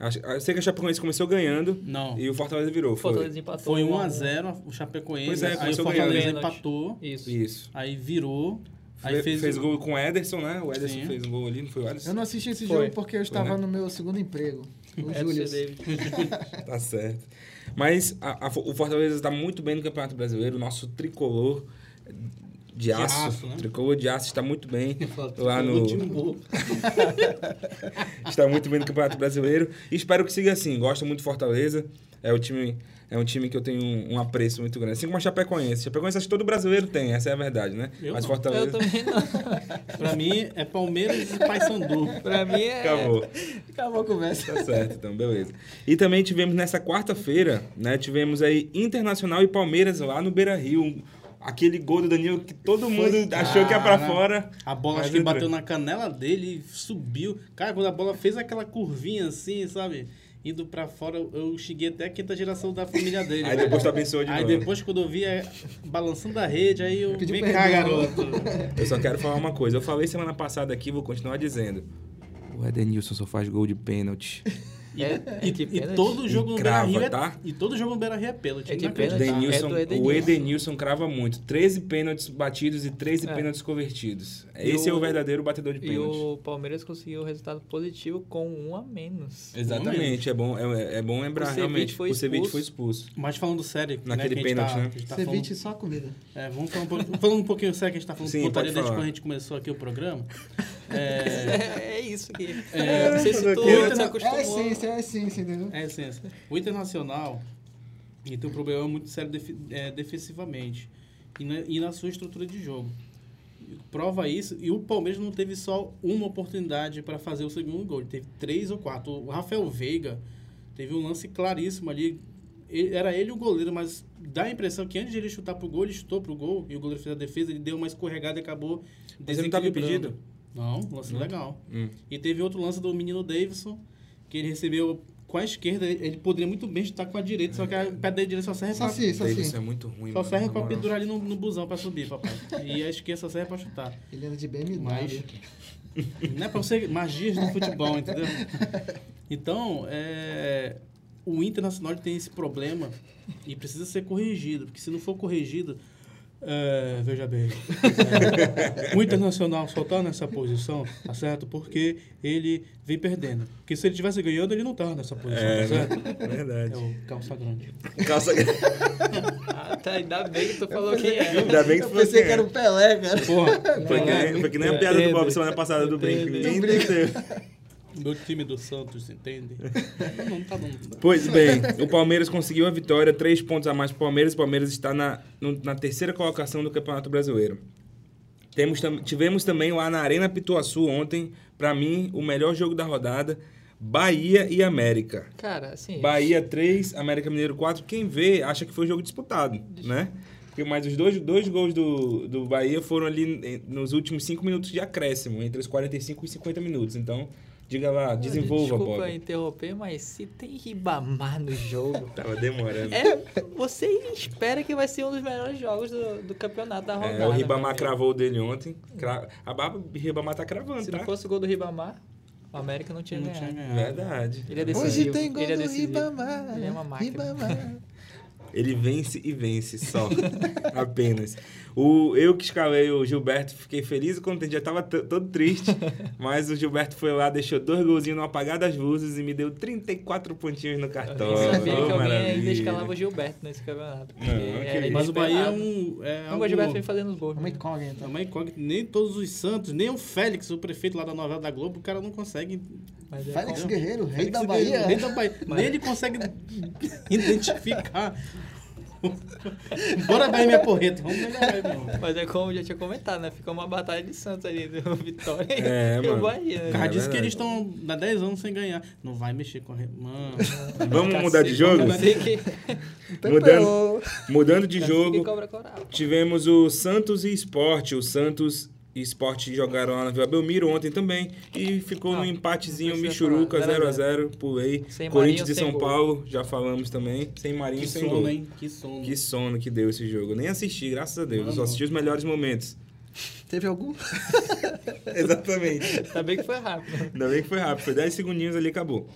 Acho, eu sei que a Chapecoense começou ganhando Não. e o Fortaleza virou, O foi? Fortaleza empatou. Foi um 1x0 o Chapecoense, Pois é, aí o começou Fortaleza ganhando. empatou, Isso. Isso. aí virou, aí Fe- fez, fez, gol com o Ederson, né? O Ederson Sim. fez um gol ali, não foi o Eu Ederson? não assisti esse Foi. jogo porque eu estava né? no meu segundo emprego. O Edson Júlio. Davis. Tá certo. Mas a- a Fo- o Fortaleza está muito bem no Campeonato Brasileiro, o nosso tricolor de aço, aço, né? tricolor de aço está muito bem lá o no, time gol. está muito bem no Campeonato Brasileiro. E espero que siga assim. Gosto muito do Fortaleza. É, o time, é um time que eu tenho um, um apreço muito grande. Assim como a Chapecoense. Chapecoense acho que todo brasileiro tem, essa é a verdade, né? Eu Mas não. Eu Fortaleza. também não. Pra mim, é Palmeiras e Paysandu. Pra mim é. Acabou. Acabou a conversa. Tá certo, então, beleza. E também tivemos nessa quarta-feira, né? Tivemos aí Internacional e Palmeiras lá no Beira Rio. Aquele gol do Danilo que todo mundo Foi, achou que ia pra cara. fora. A bola mas acho que entrou. bateu na canela dele e subiu. Cara, quando a bola fez aquela curvinha assim, sabe? Indo pra fora, eu- eu cheguei até a quinta geração da família dele. Aí velho. depois tu abençoou de Aí novo. depois, quando eu vi é, balançando a rede, aí eu. Pediu Vem perdão. cá, garoto. Eu só quero falar uma coisa. Eu falei semana passada aqui, vou continuar dizendo. O Edenilson só faz gol de pênalti. E, É- é de e- e pênalti? todo jogo E no crava, Beira Rio. tá? É, e todo jogo no Beira Rio é pênalti. É de Não acredito. pênalti. Edenilson, É do Edenilson. O Edenilson crava muito. 13 pênaltis batidos e 13 pênaltis convertidos. Esse é o É. o- verdadeiro batedor de E pênalti. o Palmeiras conseguiu um resultado positivo com um a menos. Exatamente, é bom, é, é bom lembrar O Ceviche realmente. foi o Ceviche expulso. foi expulso. Mas falando sério, Naquele né, que a gente pênalti, tá- né? que a gente tá falando- Ceviche só a comida. É, vamos falar um pouquinho, falando um pouquinho sério que a gente tá falando Sim, de pode putaria desde falar. quando a gente começou aqui o programa. É, É, é isso que. É, não sei se tu é, se É a acostumou. essência, é a essência, entendeu? né? é licença. O Internacional ele tem um problema muito sério defi- é, defensivamente e na, e na sua estrutura de jogo. Prova isso, e o Palmeiras não teve só uma oportunidade para fazer o segundo gol, ele teve três ou quatro. O Rafael Veiga teve um lance claríssimo ali. Ele- era ele o goleiro, mas dá a impressão que antes de ele chutar pro gol, ele chutou pro gol e o goleiro fez a defesa, ele deu uma escorregada e acabou Mas ele não tava impedido? desequilibrando. Não, lance legal. Hum. E teve outro lance do menino Davidson, que ele recebeu com a esquerda. Ele poderia muito bem estar com a direita, só que a perna da direita só serve pra, Saci, Davidson Saci. é muito ruim. só mano, serve na pra moral. pendurar ali no, no busão pra subir, papai. E a esquerda só serve pra chutar. Ele anda de BMW. Mas. Não é pra você. Magias do futebol, entendeu? Então, é, o Internacional tem esse problema e precisa ser corrigido, porque se não for corrigido. é, veja bem, é, o Internacional só tá nessa posição, tá certo? Porque ele vem perdendo. Porque se ele tivesse ganhando, ele não tá nessa posição, É, tá certo? né? É verdade. o calça grande. Calça... Ah, tá, ainda bem que tu falou quem é. Ainda bem que Eu tu falou pensei quem que era é. o Pelé, cara. Porra, é, Foi que, foi que nem a piada do Bob Entende. semana passada do brinco. Entende. Ninguém entendeu. meu time do Santos, entende? Não, não tá dando. Pois bem, o Palmeiras conseguiu a vitória, três pontos a mais para o Palmeiras. O Palmeiras está na, no- na terceira colocação do Campeonato Brasileiro. Temos tam- tivemos também lá na Arena Pituaçu ontem, para mim, o melhor jogo da rodada: Bahia e América. Cara, assim. Bahia 3, América Mineiro 4. Quem vê acha que foi um jogo disputado, né? Porque mais os dois, dois gols do, do Bahia foram ali eh, nos últimos 5 minutos de acréscimo, entre os 45 e 50 minutos. Então, diga lá, desenvolva, Desculpa Bob. interromper, mas se tem Ribamar no jogo. Tava demorando. É, você espera que vai ser um dos melhores jogos do, do campeonato da rodada. né? É, o Ribamar meu cravou o dele ontem. Cra... A barba Ribamar tá amigo. cravando, Se tá? não fosse o gol do Ribamar, o América não tinha Não tinha ganhado. ganhado. Verdade. Ele é decisivo. Hoje tem gol ele é do decisivo. Ribamar. Ele é uma máquina. Ribamar. Ele vence e vence só. Apenas. O, eu que escalei o Gilberto, fiquei feliz e contente. Já tava t- todo triste. mas o Gilberto foi lá, deixou dois golzinhos no apagar das luzes e me deu 34 pontinhos no cartão. Eu nem sabia Oh, que alguém ainda maravilha. escalava o Gilberto nesse campeonato. porque Não, ok. era Mas o Bahia é inesperado. um. É Não, o algo- Gilberto vem fazendo os gols. É uma né? incógnita. É uma incógnita. Nem todos os Santos, nem o Félix, o prefeito lá da novela da Globo, o cara não consegue. Mas é Félix como- Guerreiro, rei Félix da Guerreiro, Bahia. né? Rei da Bahia. Nem ele consegue identificar. Bora Bahia, minha porreta. Vamos melhorar, aí, meu irmão. Mas é como eu já tinha comentado, né? Ficou uma batalha de Santos ali, do Vitória e- É, e mano. o Bahia. O Né? cara É disse que verdade. eles estão há 10 anos sem ganhar. Não vai mexer com a. re- Mano. Vamos mudar de jogo? Eu sei que Mudando, mudando de que jogo. cobra coral. Tivemos o Santos e Esporte. O Santos e Esporte jogaram lá na Vila Belmiro ontem também. E ficou Ah, num empatezinho não precisa Michuruca falar. 0 a 0 Pulei. Sem Corinthians Marinho, e São sem gol. Paulo, já falamos também. Sem Marinho, Que sem sono, gol. hein? Que sono. Que sono que deu esse jogo. Eu nem assisti, graças a Deus. Eu só Mano. assisti os melhores momentos. Teve algum? Exatamente. Ainda bem que foi rápido. Ainda bem que foi rápido. Foi 10 segundinhos ali e acabou.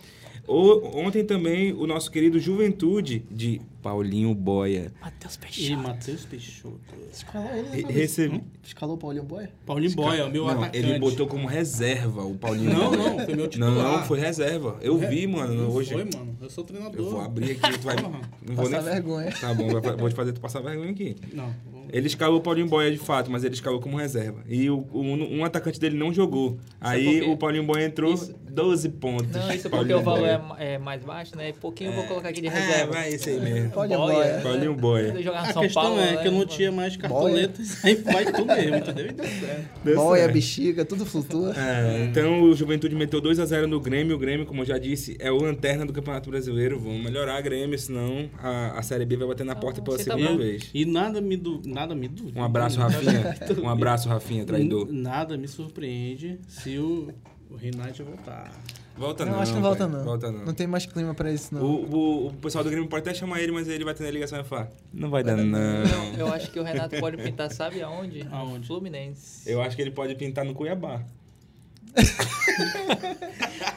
O- ontem também o nosso querido Juventude de Paulinho Boia Matheus E Peixoto. Matheus Peixoto. Escalou ele, né? re- Fabrício? recebe- Escalou o Paulinho Boia? Paulinho Boia, o meu Não, atacante. ele botou como reserva o Paulinho. Não, Boia. não, foi meu Tipo, titular. Não, ah, não, foi reserva. Eu vi, mano, Não hoje. Foi, mano. Eu sou treinador. Eu vou abrir aqui, tu vai. Porra. Não vou Passar nem. vergonha. Tá bom, vai- vou te fazer tu passar vergonha aqui. Não, vamos- Ele escalou o Paulinho Boia de fato, mas ele escalou como reserva. E o, o- um atacante dele não jogou. Aí é porque- o Paulinho Boia entrou Isso- 12 pontos. Não, isso é porque Paulinho o valor Boia. é, é mais baixo, né? E pouquinho eu vou colocar aqui de É, reserva. vai, isso aí mesmo. Paulinho Boia. Boia. Paulinho Boia. Quando eu jogar no A São questão Paulo, é né? que eu não tinha mais cartoletas, aí vai tu mesmo, entendeu? Então, é. Deu Boia, certo. bexiga, tudo flutua. É, então o Juventude meteu 2x0 no Grêmio. O Grêmio, como eu já disse, é o lanterna do Campeonato Brasileiro. Vamos melhorar a Grêmio, senão a, a Série B vai bater na porta pela você tá segunda bom. vez. E nada me, du- nada me duvida. Um abraço, Rafinha. Um abraço, Rafinha, traidor. N- Nada me surpreende se o, o Rinaldi voltar. Volta Não, não. acho que não volta, pai. não. Volta não. Não tem mais clima pra isso, não. O, o, o pessoal do Grêmio pode até chamar ele, mas ele vai ter na ligação e vai falar. Não vai dar, não. Eu acho que o Renato pode pintar, sabe aonde? No Aonde? Fluminense. Eu acho que ele pode pintar no Cuiabá.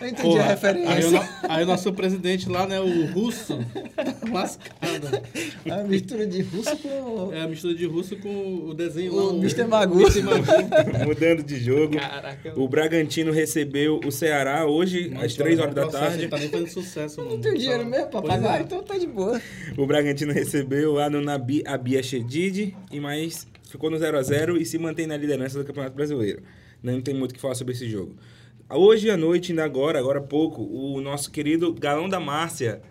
Eu entendi Porra, a Aí, o referência. no- aí o nosso presidente lá, né, o russo, tá lascado. A mistura de russo com... É a mistura de russo com o desenho lá. O Mr. Magoo. Mudando de jogo. Caraca. O Bragantino recebeu o Ceará hoje, às 3 horas da tarde. Ele tá nem fazendo sucesso, mano. Não tem dinheiro mesmo pra Pois pagar, é. então tá de boa. O Bragantino recebeu lá no Nabi Abia Shedid, e mais ficou no 0 a 0 e se mantém na liderança do Campeonato Brasileiro. Não tem muito o que falar sobre esse jogo. Hoje à noite, ainda agora, agora há pouco, o nosso querido Galão da Márcia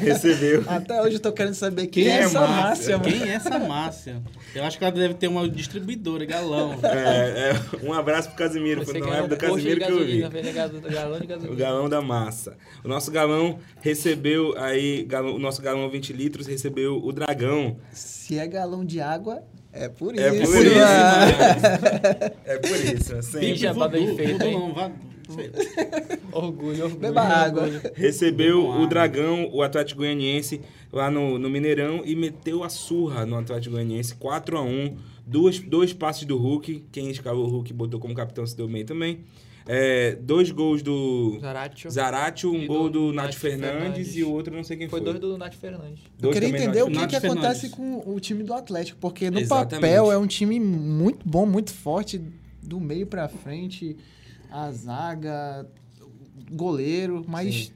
recebeu. Até hoje eu tô querendo saber quem, Quem é é essa Márcia? Márcia, mano. Quem é essa Márcia? Eu acho que ela deve ter uma distribuidora, galão. É, é, um abraço pro Casimiro, Você quando não ganhou era um do posto de Casimiro que eu vi. gasolina, vender gaso- galão de O gasolina. galão da massa. O nosso galão recebeu aí, galão- o nosso galão 20 litros recebeu o dragão. Se é galão de água, é por isso. Ah, É por isso. né? É por isso, Big sempre. Jabá bem feito, hein? não, vá... sei lá. Orgulho, orgulho. Beba água. orgulho. Recebeu Vamos lá. o Dragão, o Atlético Goianiense, lá no, no Mineirão e meteu a surra no Atlético Goianiense, 4 a 1 Duas, dois passes do Hulk, quem escalou o Hulk botou como capitão se deu bem também. É, dois gols do Zaratio. Zaratio, um E gol do, do Nath Nath Fernandes, Fernandes. e o outro não sei quem foi. Foi dois do Nath Fernandes. Eu Dois queria também entender Nath o que, Nath que acontece Fernandes. com o time do Atlético, porque no Exatamente. papel é um time muito bom, muito forte, do meio pra frente, a zaga, o goleiro, mas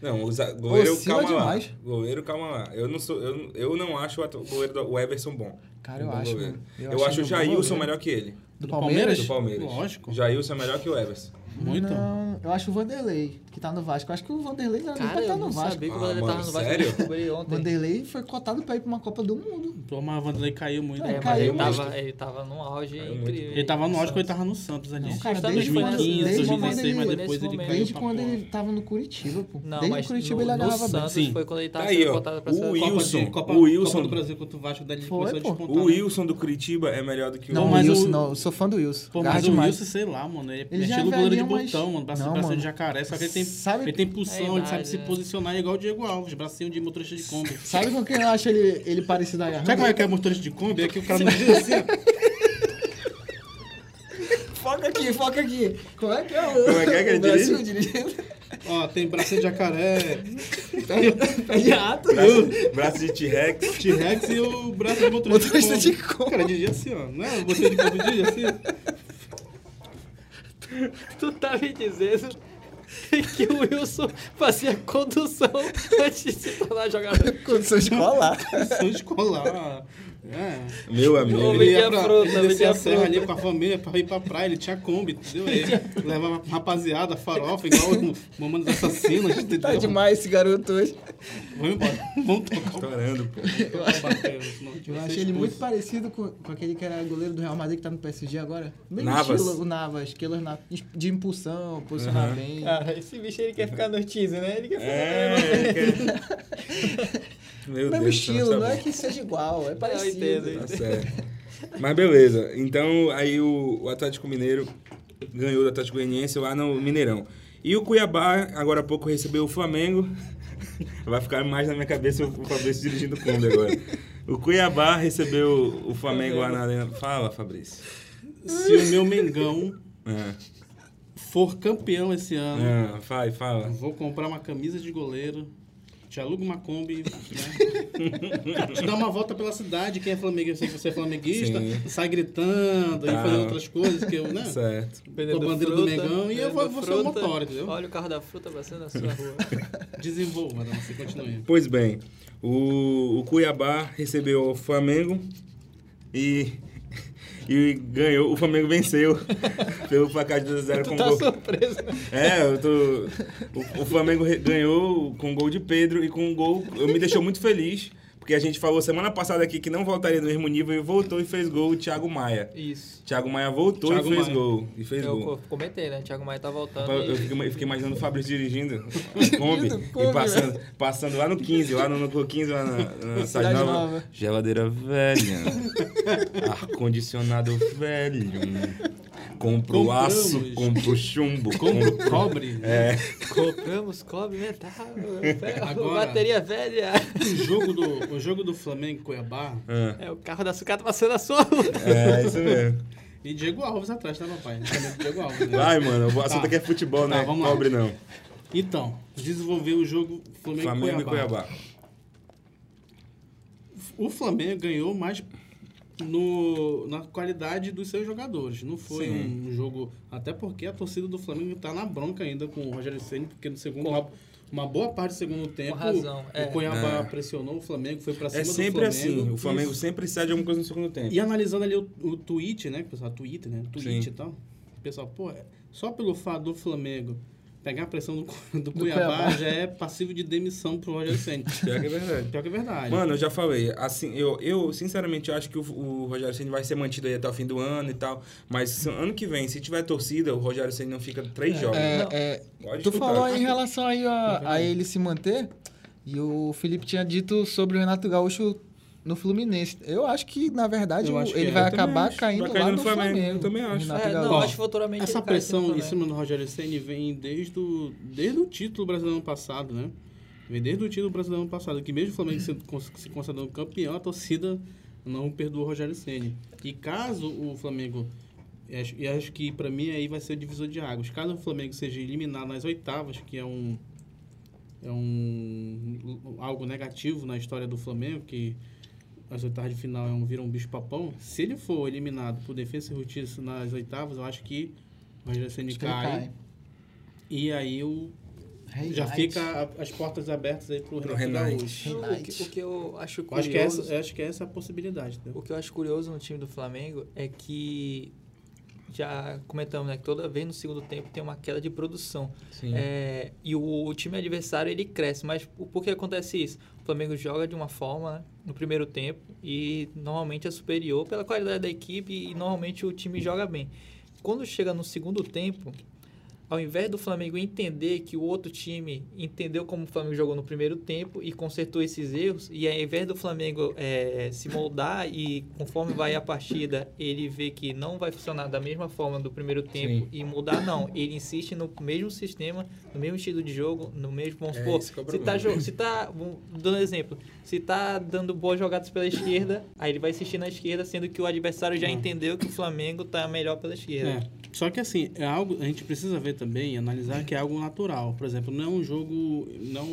Não, o za- goleiro, Oscila calma demais. lá. Goleiro, calma lá. Eu não, sou, eu, eu não acho o, atu- o goleiro do, o Everson bom. Cara, eu Um bom acho, goleiro. mano. Eu, acho achei o ele um bom Jailson goleiro. melhor que ele. Do Palmeiras? Do Palmeiras. Lógico. Jailson é melhor que o Everson. Muito. Não, eu acho o Vanderlei, que tá no Vasco. Eu acho que o Vanderlei não era nem pra tá Cara, estar eu no não Vasco. sabia que Ah, o Vanderlei mano, tava no Vasco. sério? Eu descobri O ontem. Vanderlei foi cotado pra ir pra uma Copa do Mundo. O Omar Vanderlei caiu muito. né? É, É, mas caiu ele muito. tava, ele tava num auge Caiu muito. incrível. Ele tava no auge quando ele tava no Santos ali. Não, cara, Justamente desde quando- 2015, desde quando 2016, mas ele- depois ele nesse caiu. Desde pra quando porra. ele tava no Curitiba, pô. Não, Desde o mas Curitiba no, ele no agarrava bem. Santos Sim. foi quando ele tava Tá aí, sendo ó. cotado pra O ser Copa de- Wilson, Copa, o Wilson. Copa do Brasil contra o Vasco, daí ele Foi, começou a pô. despontar. O né? Wilson do Curitiba é melhor do que o... Não, Pô, o mas Wilson, o- não. Eu sou fã do Wilson. Pô, Garra mas o demais. Wilson, sei lá, mano. Ele, Ele é já estilo é goleiro de velhinho, mas- botão, mano. Braço, Não, bracinho mano. de jacaré. Só que ele tem, Sabe- ele tem pulsão, É ele sabe idade, se né? posicionar igual o Diego Alves. Bracinho de motorista de Kombi. Sabe com quem eu acho ele, ele parecido a Garra? Sabe como é que é motorista de Kombi? É que o cara não diz assim, ó. Foca aqui, foca aqui. Como é que é o... Como é que é que ele o Brasil dirigindo? Ó, tem bracinho de jacaré, Pé de rato. Braço, braço de T-Rex. T-Rex e o braço de motorista, Motorista de Kombi. Cara, dirigia assim, ó. Não é? Você de Kombi dirige assim? Tu tá me dizendo que o Wilson fazia condução antes de se tornar jogador. Condição escolar. Sou escolar. É. Meu Ô, amigo. velho. Ele ia Vendia pra, ele fruta, descia a vendia serra fruta. ali com a família pra ir pra praia, ele tinha Kombi, entendeu? Ele levava rapaziada, farofa, igual o Mamãe dos Assassinos, entendeu? Tá demais esse garoto hoje. Vamos embora, vamos tocar o Estourando, tá pô. Eu achei ele muito parecido com, com aquele que era goleiro do Real Madrid que tá no PSG agora. Mesmo Navas. estilo, o Navas, aquele na- de impulsão, posicionar Uhum. bem. Cara, Ah, esse bicho ele quer ficar no teaser, né? Ele quer É, ele quer- Meu Mesmo Deus, estilo, tá não é bom. que seja igual, é parecido. entendo, eu Tá certo. Mas beleza. Então, aí o, o Atlético Mineiro ganhou do Atlético Goianiense lá no Mineirão. E o Cuiabá, agora há pouco, recebeu o Flamengo. Vai ficar mais na minha cabeça o Fabrício dirigindo o Kombi agora. O Cuiabá recebeu o Flamengo lá na Arena. Fala, Fabrício. Se o meu Mengão Ah, for campeão esse ano, ah, vai, fala. vou comprar uma camisa de goleiro, te alugo uma Kombi, né? te dá uma volta pela cidade, quem é flamenguista, eu sei que você é flamenguista, Sim. sai gritando e Tá. fazendo outras coisas que eu, né? Certo. Com a bandeira do Mengão e eu vou, vou ser o motor, entendeu? Olha o carro da fruta passando na sua rua. Desenvolva, não, você continue. Pois bem, o, o Cuiabá recebeu o Flamengo e, e ganhou. O Flamengo venceu pelo placar de 2x0 com tu tá gol. surpreso, né? É, eu tô. O, o Flamengo re- ganhou com gol de Pedro e com um gol. Eu me deixou muito feliz. Porque a gente falou semana passada aqui que não voltaria no mesmo nível e voltou e fez gol o Thiago Maia. Isso. Thiago Maia voltou Thiago e fez Maia. gol. E fez É Eu gol. co- comentei, né? Thiago Maia tá voltando. Eu, eu e- fiquei, eu fiquei imaginando o Fabrício dirigindo um Kombi e Kombi, passando, né? passando lá no 15, lá no, no 15, lá na, na Cidade Cidade Nova. Nova. Geladeira velha. Ar-condicionado velho. Comprou Compramos. aço, comprou chumbo. Como comprou- cobre. né? É, Compramos cobre metal, ferro, Agora. bateria velha. O, jogo do, o jogo do Flamengo e Cuiabá. é, É o carro da sucata passando a sua rua. é isso mesmo. E Diego Alves atrás, tá, papai? Não tem medo do Diego Alves, né? Vai, mano. O assunto Tá. aqui é futebol, Tá, né? vamos lá. Pobre não. Então, desenvolveu o jogo Flamengo, Flamengo e Cuiabá. e Cuiabá. O Flamengo ganhou mais no, na qualidade dos seus jogadores. Não foi Sim. um jogo. Até porque a torcida do Flamengo tá na bronca ainda com o Rogério Ceni porque no segundo. Com- Uma boa parte do segundo tempo, razão, é. o Cuiabá É. pressionou o Flamengo, foi pra cima É do sempre Flamengo. assim. O Flamengo Isso. sempre cede alguma coisa no segundo tempo. E analisando ali o, o tweet, né? que o Pessoal, Twitter, né? Tweet Sim. e tal. O Pessoal, pô, é- só pelo fato do Flamengo pegar a pressão do, Cu- do Do Cuiabá, Cuiabá. já é passivo de demissão pro Rogério Ceni Pior que é verdade. Pior que é verdade. Mano, eu já falei, assim, eu, eu sinceramente eu acho que o, o Rogério Ceni vai ser mantido aí até o fim do ano e tal, mas se- ano que vem, se tiver torcida, o Rogério Ceni não fica três jogos. É, Não. é, Pode tu escutar. falou né? aí em relação aí a, a ele se manter, e o Felipe tinha dito sobre o Renato Gaúcho no Fluminense. Eu acho que, na verdade, Eu o- acho que ele é. vai Eu também acabar acho. caindo Vai lá cair no no Flamengo. Flamengo, eu também acho. Renato É, Gaúcho. não, Ó, acho que futuramente Essa ele cai pressão assim em também. cima do Rogério Ceni vem desde o, desde o título brasileiro ano passado, né? Vem desde o título brasileiro ano passado, que mesmo o Flamengo se, cons- se considerando campeão, a torcida não perdoa o Rogério Ceni. E caso o Flamengo e acho, e acho que pra mim aí vai ser o divisor de águas. Caso o Flamengo seja eliminado nas oitavas, que é um é um algo negativo na história do Flamengo, que as oitavas de final é um vira um bicho papão. Se ele for eliminado por defesa e justiça nas oitavas, eu acho que o Rogério Ceni Acho que ele cai. cai. E aí o, Hey, já guys. fica a- as portas abertas aí pro Pro Renato Renato. Gaúcho. Não, o, que, o que eu acho Eu curioso... acho que, é essa, eu acho que é essa a possibilidade, entendeu? O que eu acho curioso no time do Flamengo é que já comentamos, né? Que toda vez no segundo tempo tem uma queda de produção. Sim. É, e o, o time adversário ele cresce, mas o- por que acontece isso? O Flamengo joga de uma forma né, no primeiro tempo e normalmente é superior pela qualidade da equipe e normalmente o time joga bem. Quando chega no segundo tempo, ao invés do Flamengo entender que o outro time entendeu como o Flamengo jogou no primeiro tempo e consertou esses erros, e ao invés do Flamengo eh, se moldar e conforme vai a partida, ele vê que não vai funcionar da mesma forma do primeiro tempo e mudar, não. Ele insiste no mesmo sistema, no mesmo estilo de jogo, no mesmo. É, Vamos supor, esse que é o se tá, problema. jo- se tá. vamos- Dando exemplo, se tá dando boas jogadas pela esquerda, aí ele vai insistir na esquerda, sendo que o adversário já entendeu que o Flamengo tá melhor pela esquerda. É. Só que assim, é algo, a gente precisa ver também, e analisar que é algo natural. Por exemplo, não é um jogo, não é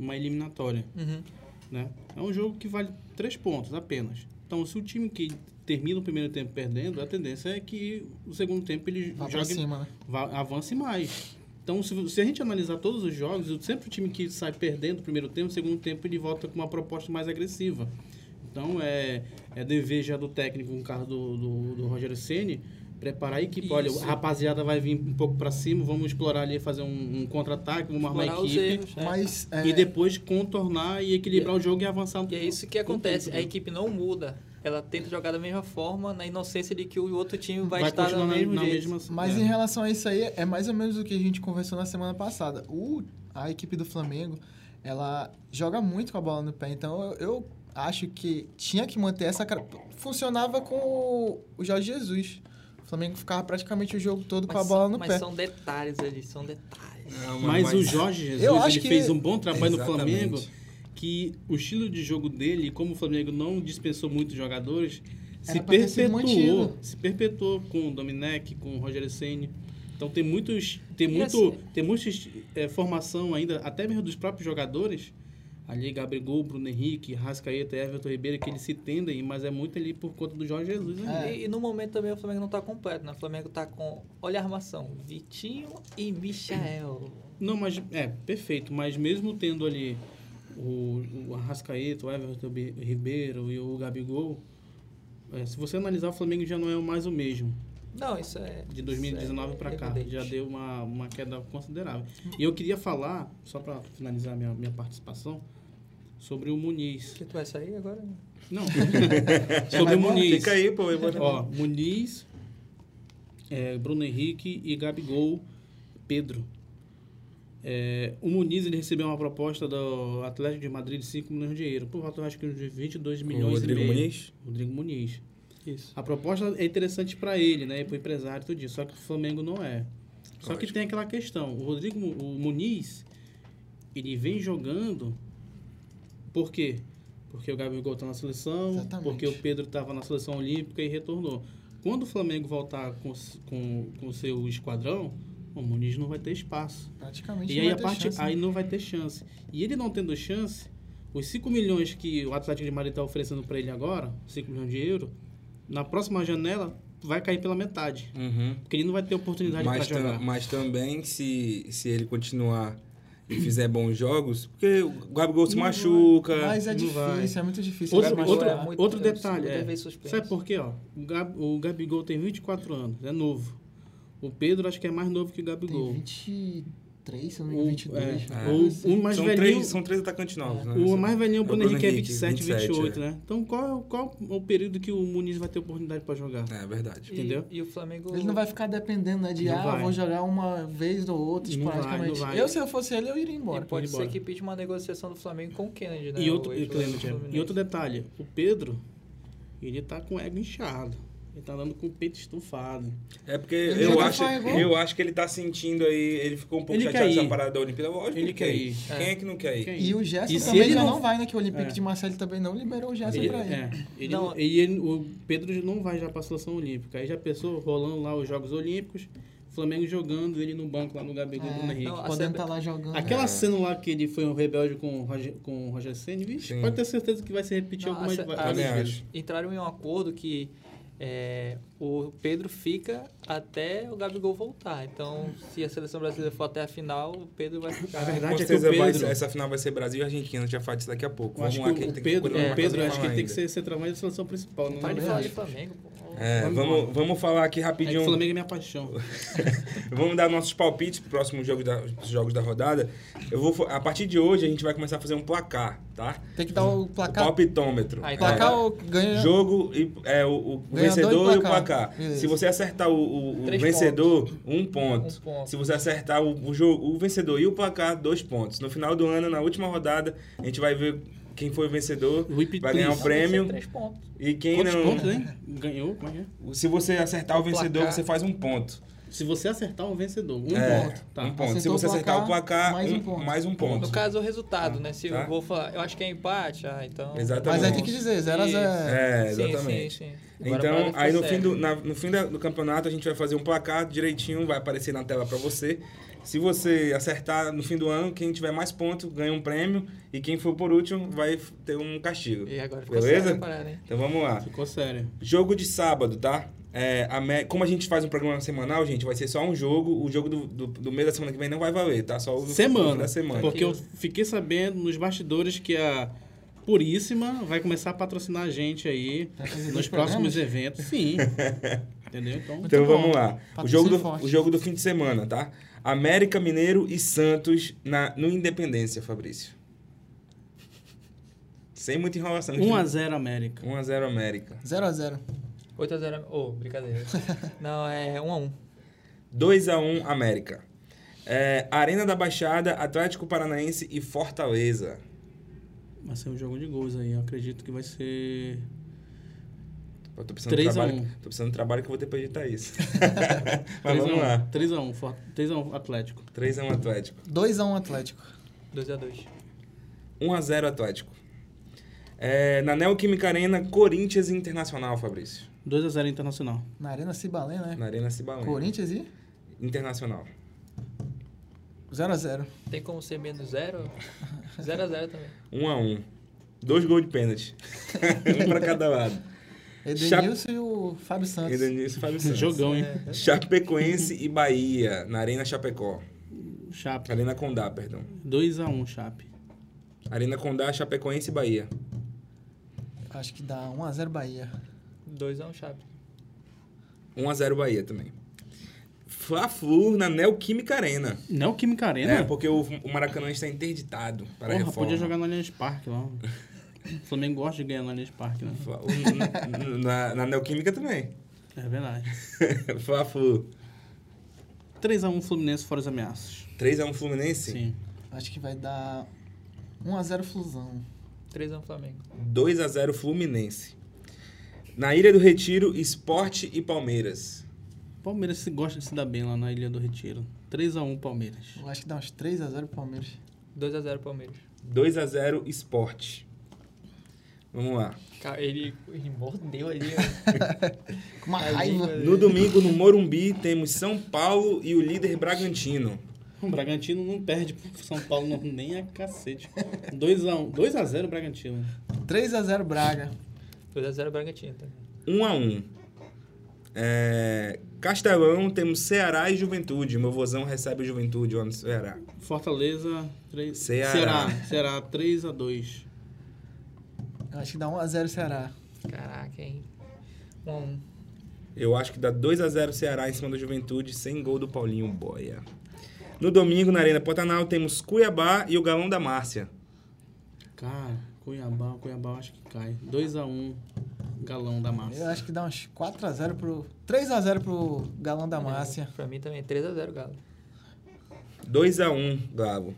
uma eliminatória, Uhum. né? É um jogo que vale três pontos apenas. Então, se o time que termina o primeiro tempo perdendo, a tendência é que o segundo tempo ele Vai pra jogue cima, né? va- avance mais. Então, se, se a gente analisar todos os jogos, sempre o time que sai perdendo o primeiro tempo, o segundo tempo ele volta com uma proposta mais agressiva. Então, é, é dever já do técnico, no caso do, do, do Rogério Ceni preparar a equipe. Olha, Isso. a rapaziada vai vir um pouco para cima, vamos explorar ali, fazer um, um contra-ataque, vamos armar Explorar a os equipe. erros, né? Mas, é, E depois contornar e equilibrar o jogo e avançar um E é isso que um pouco, acontece, a entendeu? equipe não muda. Ela tenta jogar da mesma forma, na inocência de que o outro time vai, vai estar do continuar na, mesmo na jeito. mesma... Mas é. em relação a isso aí, é mais ou menos o que a gente conversou na semana passada. O, a equipe do Flamengo, ela joga muito com a bola no pé. Então eu, eu acho que tinha que manter essa cara. Funcionava com o, o Jorge Jesus. O Flamengo ficava praticamente o jogo todo com a Mas- bola no mas pé. são detalhes ali, são detalhes. Não, mano, Mas, o Jorge Jesus Eu acho ele que- fez um bom trabalho no Exatamente. Flamengo, que o estilo de jogo dele, como o Flamengo não dispensou muitos jogadores, se Era pra ter sido perpetuou, mantido. se perpetuou com o Domenech, com o Rogério Ceni. Então tem muitos, tem E muito, assim- tem muita eh, formação ainda, até mesmo dos próprios jogadores. Ali, Gabigol, Bruno Henrique, Rascaeta, Everton Ribeiro, que eles se tendem, mas é muito ali por conta do Jorge Jesus. né? É. E, e no momento também o Flamengo não tá completo, né? O Flamengo tá com, olha a armação, Vitinho e Michael. Não, mas é perfeito, mas mesmo tendo ali o, o Arrascaeta, o Everton Bi- Ribeiro e o Gabigol, é, se você analisar, o Flamengo já não é mais o mesmo Não, isso é... de 2019 pra cá. evidente. Já deu uma, uma queda considerável. E eu queria falar, só pra finalizar minha, minha participação, sobre o Muniz. Que tu vai sair agora? Não. sobre o Muniz. Fica aí, pô. Eu vou... Ó, Muniz, é, Bruno Henrique e Gabigol, Pedro. É, o Muniz ele recebeu uma proposta do Atlético de Madrid de 5 milhões de euros. Por volta, eu acho que uns 22 milhões Rodrigo e meio. Muniz? Rodrigo Muniz. Isso. A proposta é interessante para ele, né? E para o empresário, tudo isso. Só que o Flamengo não é. Só que Lógico. tem aquela questão. O Rodrigo Mu- o Muniz, ele vem jogando... Por quê? Porque o Gabigol está na seleção, Exatamente. porque o Pedro estava na seleção olímpica e retornou. Quando o Flamengo voltar com s- com com o seu esquadrão, o Muniz não vai ter espaço. Praticamente E não aí, vai a ter parte, chance, né? aí não vai ter chance. E ele não tendo chance, os 5 milhões que o Atlético de Madrid está oferecendo para ele agora, 5 milhões de euros, na próxima janela vai cair pela metade. Uhum. Porque ele não vai ter oportunidade para Mas, tam- jogar. mas também, se, se ele continuar e fizer bons jogos, porque o Gabigol Uhum. se machuca. Mas é não difícil, é muito difícil. Outro- Vai outro- machucar. outro detalhe, é. Sabe por... por quê? Ó? O, Gab, o Gabigol tem 24 anos, é novo. O Pedro acho que é mais novo que o Tem Gabigol. 23, se eu não me O, engano, 22. é, o, o né? mais né? são, velhinho... três, são três atacantes novos, né? O mais velhinho, É o o Bruno Bruno Henrique é Henrique, 27, 28, 27, né? Então qual, qual é o período que o Muniz vai ter oportunidade para jogar? É verdade. Entendeu? E, e o Flamengo... Ele não vai ficar dependendo, né? De, Não ah, vai. vou jogar uma vez ou outra, Não vai, não praticamente. vai. Eu, se eu fosse ele, eu iria E embora. pode Pode ir ser embora. que pede uma negociação do Flamengo com o Kennedy, né? E outro, O e, ex-jogador Clemente, do Fluminense. e outro detalhe, o Pedro, ele tá com o ego inchado. Ele tá andando com o peito estufado. É porque Ele eu tá já acho, descarregou. eu acho que ele tá sentindo aí, ele ficou um pouco Ele quer chateado ir. dessa parada da Olimpíada. Lógico que Ele ele quer quer ir. ir. Quem é que não quer ir? Quem? E o Gerson E se também ele já não- não... vai, né? Que o Olympique É. de Marseille também não liberou o Gerson Ele- pra ele. É, ele, Não. e ele- o Pedro não vai já pra seleção olímpica. Aí já pensou, rolando lá os Jogos Olímpicos, Flamengo jogando ele no banco lá no Gabigol do É, Bruno Henrique. assim, não, a Podendo CB estar lá jogando. É. Aquela cena lá que ele foi um rebelde com o Roger, com o Roger Senna, vixe, Sim. pode ter certeza que vai se repetir Não, algumas a- a- várias Também vezes. acho. Entraram em um acordo que é, o Pedro fica até o Gabigol voltar. Então, se a seleção brasileira for até a final, o Pedro vai ficar. A Com verdade é que o certeza vai ser- Pedro... essa final vai ser Brasil e Argentina, a gente já fala disso daqui a pouco. Eu acho vamos lá, que o que a gente tem Pedro, que procurar o Pedro fazer acho que ele tem que ainda. ser centroavante da seleção principal. Não Para de é? falar acho. de Flamengo, pô. É, Vamos vamos, vamos falar aqui É que rapidinho. o Flamengo é minha paixão. Vamos dar nossos palpites pro próximo jogo da, dos jogos da rodada. Eu vou, fa- a partir de hoje a gente vai começar a fazer um placar, tá? Tem que dar o placar. Palpitômetro. É. Aí, Placar ou é- ganha. Jogo e é, o, o Ganhador vencedor e e o placar. placar. Beleza. Se você acertar o, o- o Três vencedor, um ponto. Um ponto. Se você acertar o, o jogo, o vencedor e o placar, dois pontos. No final do ano, na última rodada, a gente vai ver quem foi o vencedor, Whip vai três. ganhar um o Não, prêmio. Três pontos. E quem Quantos não. pontos, hein? Ganhou? Como é que é? Se você acertar o vencedor, placar. você faz um ponto. Se você acertar um vencedor, um É, ponto. Tá. Um ponto. Se Acertou você o acertar o placar, mais um, ponto. Mais um ponto. No caso, o resultado, né? Se Tá. eu vou falar, eu acho que é empate, ah, então. Exatamente. Mas aí tem que dizer, 0 a 0 É, Sim, exatamente. Sim, sim, Agora a Então, parada aí ficou é no fim, séria. do, na- no fim da- do campeonato a gente vai fazer um placar direitinho, vai aparecer na tela pra você. Se você acertar no fim do ano, quem tiver mais pontos ganha um prêmio e quem for por último vai f- ter um castigo. E agora ficou Beleza? séria a parada, hein? Então vamos lá. Ficou sério. Jogo de sábado, tá? É, a me- Como a gente faz um programa semanal, gente, vai ser só um jogo. O jogo do, do, do meio da semana que vem não vai valer, tá? Só o do- do fim Semana. da semana. Porque eu fiquei sabendo nos bastidores que a Puríssima vai começar a patrocinar a gente aí fazer nos dois próximos eventos. Sim. Entendeu? Então, Então Muito bom. vamos lá. O Patrocínio jogo, do, forte. o jogo do fim de semana, tá? América Mineiro e Santos na, no Independência, Fabrício. Sem muita enrolação. 1x0 América. 1x0 América. 0 a 0 8x0. Ô, brincadeira. Não, é 1x1. 2x1 América. É, Arena da Baixada, Atlético Paranaense e Fortaleza. Vai ser um jogo de gols aí. Eu acredito que vai ser. Eu tô precisando, de 3 a trabalho, 1. tô precisando de trabalho que eu vou ter pra editar isso. Mas vamos lá. 3x1. 3x1 Atlético. 3x1 Atlético. 2 a 1 Atlético. 2x2. 1x0 Atlético. É, na Neoquímica Arena, Corinthians e Internacional, Fabrício. 2x0 Internacional. Na Arena Cibalé, né? Na Arena Cibalena. Corinthians e Internacional. 0 a 0 Tem como ser menos 0? 0x0 também. 1 a 1 Dois gols de pênalti. um pra cada lado. Edenilson e o Fábio Santos. Edenilson e Fábio Santos. Jogão, hein? É, Chapecoense e Bahia, na Arena Chapecó. Chape. Arena Condá, perdão. 2x1 Chape. Arena Condá, Chapecoense e Bahia. Acho que dá 1 a 0 Bahia. 2x1 Chape. 1 a 0 Bahia também. Fla-Flu na Neoquímica Arena. Não, Química Arena. É, porque o, o Maracanã está interditado para é Porra, reforma. podia jogar no Allianz Parque lá. O Flamengo gosta de ganhar no Allianz Parque, né? Fla- o- na, na Neoquímica também. É verdade. Fla-Flu. 3x1 Fluminense fora as ameaças. 3x1 Fluminense? Sim. Acho que vai dar 1x0 Flusão. 3x1 Flamengo. 2 a 0 Fluminense. Na Ilha do Retiro, Esporte e Palmeiras. Palmeiras se gosta de se dar bem lá na Ilha do Retiro. 3x1 Palmeiras. Eu acho que dá uns 3x0 Palmeiras. 2x0 Palmeiras. 2 a 0 Esporte. Vamos lá. Cara, ele, ele mordeu ali. Com uma raiva. No domingo, no Morumbi, temos São Paulo e o líder Bragantino. O Bragantino não perde pro São Paulo não, nem a cacete. 2x1. 2x0 Bragantino. 3x0 Braga. 2x0 Bragantino também. 1 a 1 É, Castelão, temos Ceará e Juventude. Meu vozão recebe o Juventude lá no Ceará. Fortaleza 3. Ceará. Ceará 3x2. Eu acho que dá 1x0 Ceará. Caraca, hein? 1x1. Eu acho que dá 2 a 0 Ceará em cima do Juventude, sem gol do Paulinho Boia. No domingo, na Arena Pantanal, temos Cuiabá e o Galão da Márcia. Cara, Cuiabá, Cuiabá eu acho que cai. 2x1 Galão da Eu Massa. acho que dá uns 4x0 pro... 3x0 pro Galão da Márcia. Pra mim também, 3x0 Galo. 2 a 1 Galo.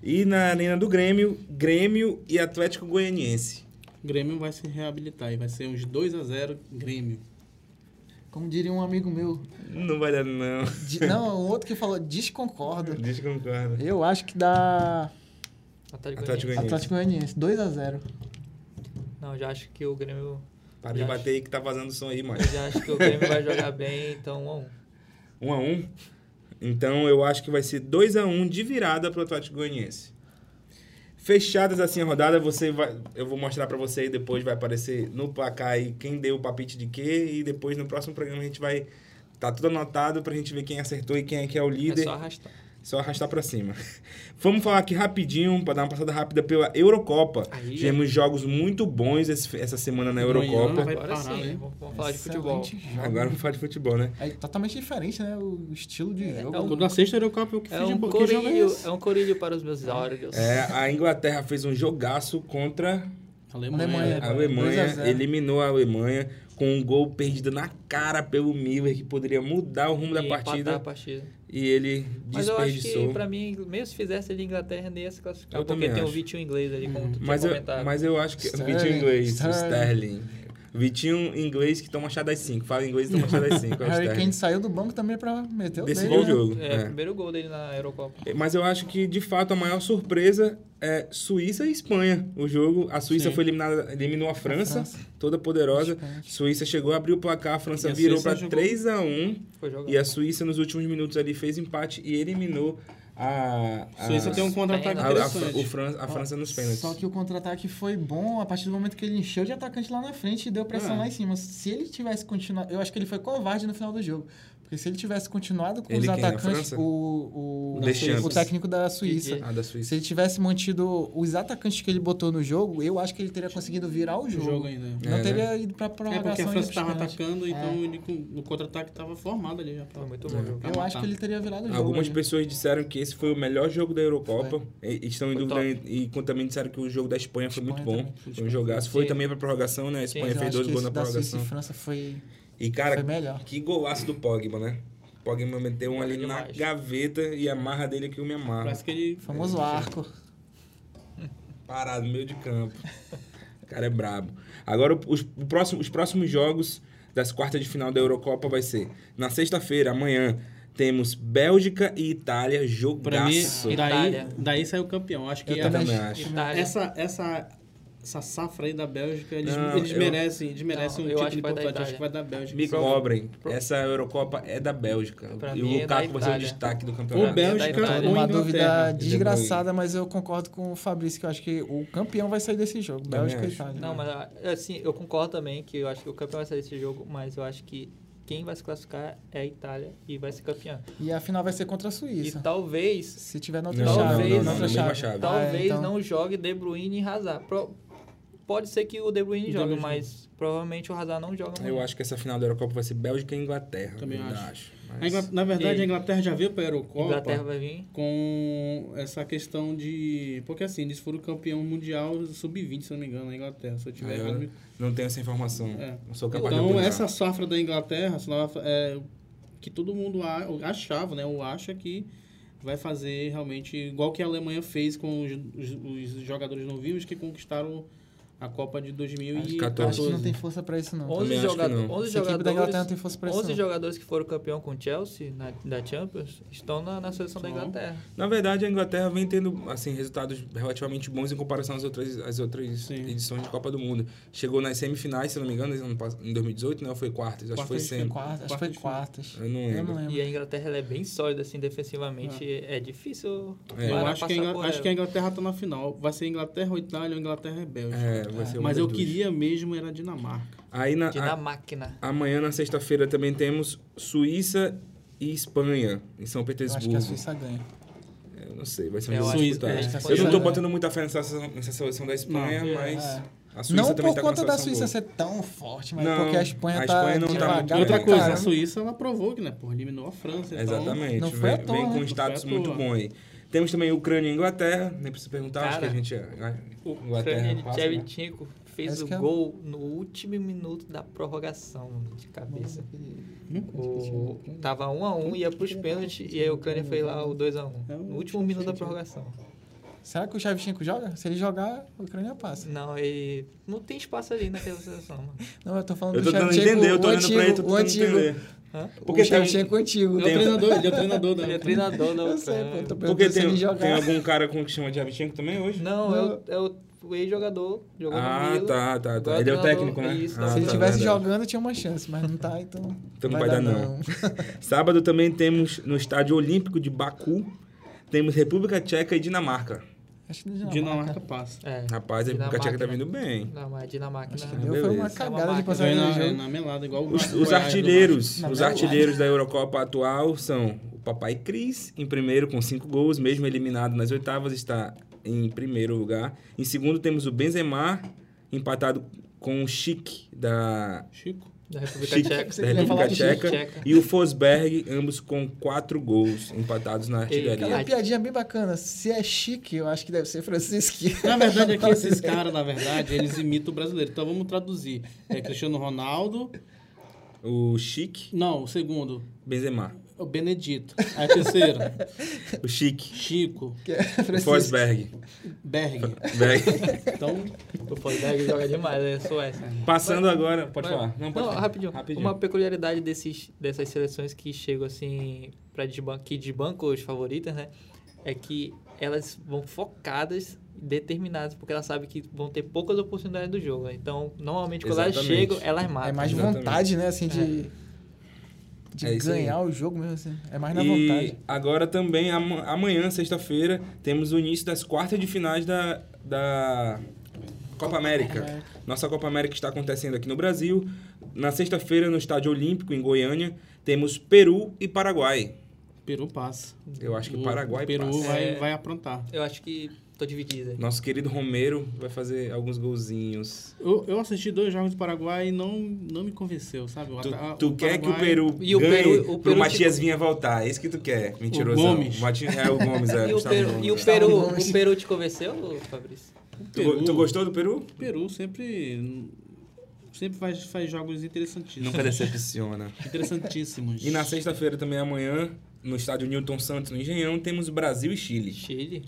E na Arena do Grêmio, Grêmio e Atlético Goianiense. Grêmio vai se reabilitar e vai ser uns 2x0 Grêmio. Como diria um amigo meu. Não vai dar, não. Di- Não, um outro que falou desconcorda. Desconcordo. Eu acho que dá Atlético Atlético Goianiense. Goianiense. Atlético Goianiense. 2x0. Não, já acho que o Grêmio. Para de bater aí que tá vazando o som aí, Eu mais. já acho que o Grêmio vai jogar bem, então 1x1. 1 a 1 Então eu acho que vai ser 2 a 1 de virada pro Atlético Goianiense. Fechadas assim a rodada, você vai, eu vou mostrar pra você e depois vai aparecer no placar aí quem deu o palpite de quê e depois no próximo programa a gente vai tá tudo anotado pra gente ver quem acertou e quem é que é o É líder. só arrastar. Só arrastar pra cima. Vamos falar aqui rapidinho, pra dar uma passada rápida pela Eurocopa. Aí. Tivemos jogos muito bons esse- essa semana na Amanhã Eurocopa. vai Agora parar, sim, né? vamos, vamos falar de futebol. Excelente jogo. Agora vamos falar de futebol, né? É totalmente diferente, né? O estilo de então, jogo. Quando na sexta Eurocopa eu que fiz É um, um pouquinho jogo é corilho, esse? é um corilho para os meus áureos. É, a Inglaterra fez um jogaço contra Alemanha. Alemanha. a É, Alemanha, 2 a 0. eliminou a Alemanha com um gol perdido na cara pelo Miller, que poderia mudar o rumo da E empatar partida. a partida. E ele Mas eu acho desperdiçou. que, pra mim, mesmo se fizesse ali Inglaterra, nem ia se classificar. Eu porque também tem o acho. Uhum. Vitinho inglês ali, como tu Mas tinha eu, comentado. mas eu acho que. Sterling, Vitinho inglês, Sterling. Sterling. Vitinho inglês que toma chá das 5. Fala inglês e toma chá das 5. É o Harry Sterling. Kane saiu do banco também pra meter o Decidiu o dele, né? jogo. É, o é. primeiro gol dele na Eurocopa. Mas eu acho que, de fato, a maior surpresa é Suíça e Espanha. O jogo, a Suíça Sim. foi eliminada, eliminou a França, toda poderosa. Suíça chegou a abrir o placar, a França E a virou Suíça para jogou- 3 a 1 Foi jogado. e a Suíça nos últimos minutos ali fez empate e eliminou a a- Suíça tem um Ah, contra-ataque a, a, interessante. o Fran- a França nos pênaltis. Só que o contra-ataque foi bom a partir do momento que ele encheu de atacante lá na frente e deu pressão É. lá em cima. Se ele tivesse continuado. Eu acho que ele foi covarde no final do jogo. Porque se ele tivesse continuado com Ele os quem? Da atacantes, França? o, o, O Deschamps. o técnico da Suíça. Ah, da Se Suíça. ele tivesse mantido os atacantes que ele botou no jogo, eu acho que ele teria conseguido virar o O jogo. jogo ainda. Não É, teria ido pra É prorrogação. porque a e França pros tava pênaltis. atacando, então É. ele, com- no contra-ataque tava formado ali já. Foi muito É. bom o jogo. Tá Eu acho matado. que ele teria virado o jogo. né? Algumas ali. pessoas disseram que esse foi o melhor jogo da Eurocopa. E, estão em Foi dúvida e, e também disseram que o jogo da Espanha foi muito Espanha bom. Foi um jogaço. Foi Sim. também pra prorrogação, né? A Mas Espanha eu fez acho dois que gols esse na da Suíça prorrogação. e França foi, E, cara, foi melhor. que golaço do Pogba, né? O Pogba meteu um Joga ali na demais. gaveta e a marra dele é que eu me amarro. Parece que ele O famoso arco. Parado, no meio de campo. O cara é brabo. Agora, os, o próximo- os próximos jogos das quartas de final da Eurocopa vai ser na sexta-feira, amanhã, temos Bélgica e Itália Pra mim, é jogaço. daí, Itália. daí saiu campeão. Acho que Eu a- também também acho. Itália. essa, essa, essa safra aí da Bélgica, eles, Não, eles eu- merecem, eles merecem Não, um eu acho título que vai dar importante. Acho Itália. que vai dar Bélgica. Me cobrem. Essa Eurocopa é da Bélgica. Pra e mim o é da Lukaku vai ser o Itália. destaque do campeonato. Ou Pra mim é da Bélgica Tá Itália. ou Uma dúvida Inglaterra. desgraçada, mas eu concordo com o Fabrício, que eu acho que o campeão vai sair desse jogo. Também Bélgica e acho. Itália. Não, mas assim, eu concordo também que eu acho que o campeão vai sair desse jogo, mas eu acho que quem vai se classificar é a Itália e vai ser campeã. E a final vai ser contra a Suíça. E talvez Se tiver na Não, outra não, chave. não, não, na outra na mesma chave. Ah, Talvez então- não jogue De Bruyne e Hazard. Pro- Pode ser que o De Bruyne De jogue, Bruyne mas provavelmente o Hazard não joga. Eu acho que essa final da Eurocopa vai ser Bélgica e Inglaterra. Também ainda acho. Mas- A Ingla- Na verdade, E- a Inglaterra já veio para a que Eurocopa Inglaterra vai vir. com essa questão de... Porque assim, eles foram campeão mundial sub-20, se eu não me engano, na Inglaterra. Se eu é. tiver Ah, eu errado, me- Não tenho essa informação. É. Não sou capaz de Então, opinar. essa safra da Inglaterra, essa nova- é, que todo mundo a- achava, né? Ou acha que vai fazer realmente igual que a Alemanha fez com os, os- os jogadores não vivos que conquistaram a Copa de Eu acho que 14. 2014. não tem força pra isso, não. Também 11 acho que jogadores, não. 11 Essa equipe da Inglaterra não jogadores, tem força pra isso, 11 não. jogadores que foram campeão com o Chelsea na, da Champions estão na, na seleção da Então. Inglaterra. Na verdade, a Inglaterra vem tendo assim, resultados relativamente bons em comparação às outras, às outras Sim. edições de Copa do Mundo. Chegou nas semifinais, se eu não me engano, ano pass- em 2018, não? né, Foi quartas, acho que foi Quartas, semi. quartas, acho que foi quartas. Eu não Eu lembro. não lembro. E a Inglaterra ela é bem sólida, assim, defensivamente. É, difícil. É. Eu Para acho que, a passar Ingla- por acho ela. que a Inglaterra tá na final. Vai ser Inglaterra ou Itália ou Inglaterra e É, Bélgica. vai ser uma Mas das eu duas. queria mesmo era a Dinamarca. Aí na, de a- na máquina. amanhã, na sexta-feira, também temos Suíça e Espanha, em São Eu acho Petersburgo. que a Suíça ganha. Eu não sei, vai ser um Eu jogo acho que- disputado. é, acho que a tá Eu não tô Suíça- botando muita fé nessa, seleção- nessa seleção da Espanha, Não. mas É. a Suíça Não também por tá com conta uma da seleção Suíça boa. ser tão forte, mas Não, porque a a Espanha, Espanha não tá tá devagar. muito bem. E pra outra coisa, caramba. a Suíça ela provou que, né? Pô, eliminou a França. então- Exatamente. não vem, foi à toa, vem né? com um Não foi status à muito toa. bom aí. Temos também Ucrânia e Inglaterra, nem preciso perguntar, acho que Cara, a gente. é, né? O Inglaterra Ucrânia de passa, né? Tchevchenko fez Esse o que é- gol no último minuto da prorrogação mano, de cabeça. Hum? O... Tava 1 a 1 ia pros pênaltis e aí a Ucrânia fez lá o 2 a 1 No É um último minuto da prorrogação. Será que o Shevchenko joga? Se ele jogar, a Ucrânia passa. Não, e não tem espaço ali naquela seleção, mano. Não, eu tô falando Eu do tô tentando Shevchenko, entender, eu tô o olhando antigo, pra ele, tô o tentando antigo. entender. Hã? Porque o tem- Shevchenko antigo. Ele é o treinador, ele é o treinador da Ele é treinador da Eu sei, pô, Ucrânia. eu tô Porque perguntando se ele tem, jogar. tem algum cara com que chama de Avichenko também hoje? Não, é o, é o- o ex-jogador. Jogou no Ah, Milan. tá, tá, tá. Agora Ele é o treinador, técnico, né? isso, Ah, Se ele tá, tivesse verdade. jogando, tinha uma chance, mas não tá, então. Então não vai dar, não. Sábado também temos no Estádio Olímpico de Baku, temos República Tcheca e Dinamarca. Acho que não é Dinamarca passa. É. Rapaz, a República Tcheca tá vindo bem. Não, mas Dinamarca Acho que não. deu foi uma beleza. cagada de passar Ganha no na, é jogo. na melada, igual o Os, Goiás os do artilheiros, Na os verdade. artilheiros da Eurocopa atual são o Papai Cris, em primeiro com cinco gols, mesmo eliminado nas oitavas, está em primeiro lugar. Em segundo temos o Benzema, empatado com o Chic da, Chico. Da República Chic, Tcheca. da República Tcheca, Tcheca. e o Fosberg, ambos com quatro gols, empatados na Cara, artilharia. uma piadinha bem bacana. Se é chique, eu acho que deve ser Francisco. Na verdade, é que esses caras, na verdade, eles imitam o brasileiro. Então vamos traduzir. É Cristiano Ronaldo. O Chic, Não, o segundo. é Benzema. O Benedito. Aí terceiro. O Chic, Chico. Que é o Francisco. Fosberg. Berg. Berg. Então, O Fosberg joga demais, é Suécia. Passando agora, pode Vai. falar. Não, pode falar. rapidinho. Uma peculiaridade desses, dessas seleções que chegam assim para que desbancam os favoritas, né? É que elas vão focadas, determinadas, porque elas sabem que vão ter poucas oportunidades do jogo. né? Então, normalmente quando elas Exatamente. chegam, elas matam. É mais de Exatamente. vontade, né? Assim, de. De É isso aí. ganhar o jogo mesmo, assim. É mais na e vontade. agora também, ama- amanhã, sexta-feira, temos o início das quartas de finais da, da Copa América. Nossa Copa América está acontecendo aqui no Brasil. Na sexta-feira, no Estádio Olímpico, em Goiânia, temos Peru e Paraguai. Peru passa. Eu Hum, acho que O Paraguai Peru passa. Vai, É. vai aprontar. Eu acho que tô dividida. Nosso querido Romero vai fazer alguns golzinhos. Eu, eu assisti dois jogos do Paraguai e não, não me convenceu, sabe? O Tu, ata- tu o quer que o Paraguai- Peru E o ganhe Peru- o pro Peru Matias vinha voltar. É isso que tu quer, mentirosão. Gomes. Matias, é, o Gomes, é. E o Gustavo Peru, Gomes. e o Peru, o Peru te convenceu, Fabrício? Tu go- tu gostou do Peru? Peru sempre, sempre faz, faz jogos interessantíssimos. Nunca decepciona. Interessantíssimos. E na sexta-feira também amanhã, no estádio Newton Santos, no Engenhão, temos Brasil e Chile. Chile?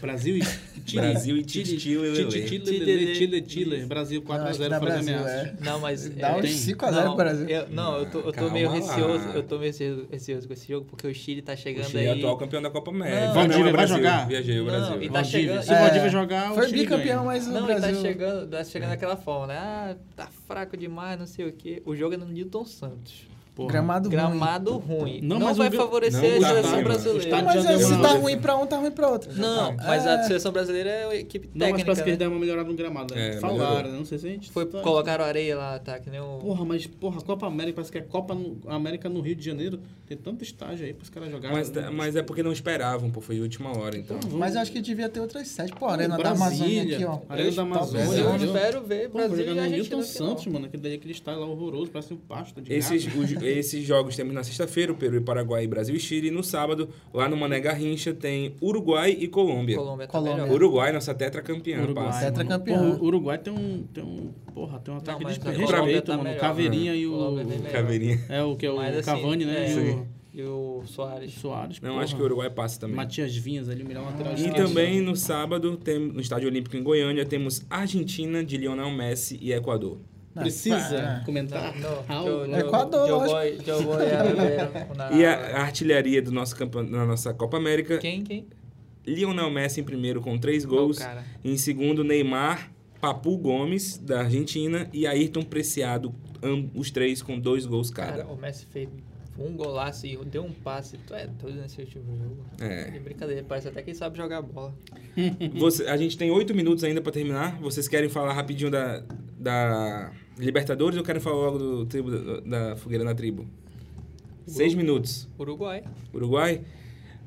Brasil e Chile. Brasil e Chile, Chile, Chile, Chile. Chile, Chile, Chile, Chile. Brasil Não, acho que 4x0 dá para Brasil, ameaças. é. Não, mas. um Dá eu- uns 5 a 0 não, é pro Brasil. eu- não, eu tô, eu tô Calma meio lá. receoso. Eu tô meio receoso, receoso com esse jogo, porque o Chile tá O chegando Chile é aí. atual campeão da Copa América. Não. Valdívia vai Brasil. jogar? Viajei, o Não, Brasil. e tá Valdívia. chegando- Se o Valdívia jogar, o Foi Chile bicampeão, ganha. mas o Não, e tá Brasil... né? chegando, tá chegando daquela forma, né? Ah, tá fraco demais, não sei o quê. O jogo é no é Newton Santos. Porra. Gramado, ruim. Gramado ruim. Não, Não, mas vai o Gra- Não, favorecer o a Gramado- seleção o Não, brasileira. mas Não, é, se não, tá não. ruim pra um, tá ruim pra outro. Não, mas a seleção brasileira é a equipe Não, mas técnica. parece que eles né? deram uma melhorada no gramado. né? É, Falaram, melhorou. né? não sei se a gente... Foi, tá- colocaram areia lá, tá? Que nem o. Porra, mas porra, a Copa América, parece que é a Copa no- a América no Rio de Janeiro. Tem tanto estágio aí pros caras jogarem. Mas, né? mas é porque não esperavam, pô. Foi de última hora, então. Então, vamos- Mas eu acho que devia ter outras sete. Pô, Pô, Arena da Amazônia Brasília, aqui, ó. Arena da Amazônia. Talvez, Eu né? espero ver Pô, Brasil Brasil e jogando a no gente Nilton na final. Santos, mano. Aquele, daí, aquele estádio lá horroroso, parece um pasto de Esses, gato. os- esses jogos temos na sexta-feira, o Peru e Paraguai, Brasil e Chile. E no sábado, lá no Mané Garrincha, tem Uruguai e Colômbia. Colômbia tá Colômbia. melhor. Uruguai, nossa tetracampeã, passa. mano. Tetracampeão. Porra, O Uruguai tem um, tem um. Porra, tem um ataque mas de a Colômbia respeito, tá mano. melhor. Caveirinha e o. Colômbia é bem melhor. Caveirinha. É o que é o Mas, assim, Cavani, né? é, E Sim. o E o o Soares. Soares. Não, porra. acho que o Uruguai passa também. Matias Vinhas ali, o melhor lateral E esquerdo. também no sábado, tem, no Estádio Olímpico em Goiânia, temos Argentina de Lionel Messi e Equador. Precisa Ah. comentar. Não, Ah, eu- o- eu- Equador, eu lógico. vou- eu vou ir a beber na- E a artilharia do nosso campe- na nossa Copa América, Ah. Quem? Quem? Lionel Messi em primeiro com três gols. Ó, o cara. Em segundo, Neymar, Papu Gomes, da Argentina, e Ayrton Preciado, am- os três com dois gols Cara, cada. o Messi fez um golaço e deu um passe. Tu é doido nesse último jogo. É. De brincadeira, parece até que ele sabe jogar bola. Você- a gente tem oito minutos ainda pra terminar. Vocês querem falar rapidinho da, da Libertadores ou querem falar logo do tribo, da, da fogueira na tribo? Seis minutos. Uruguai. Uruguai.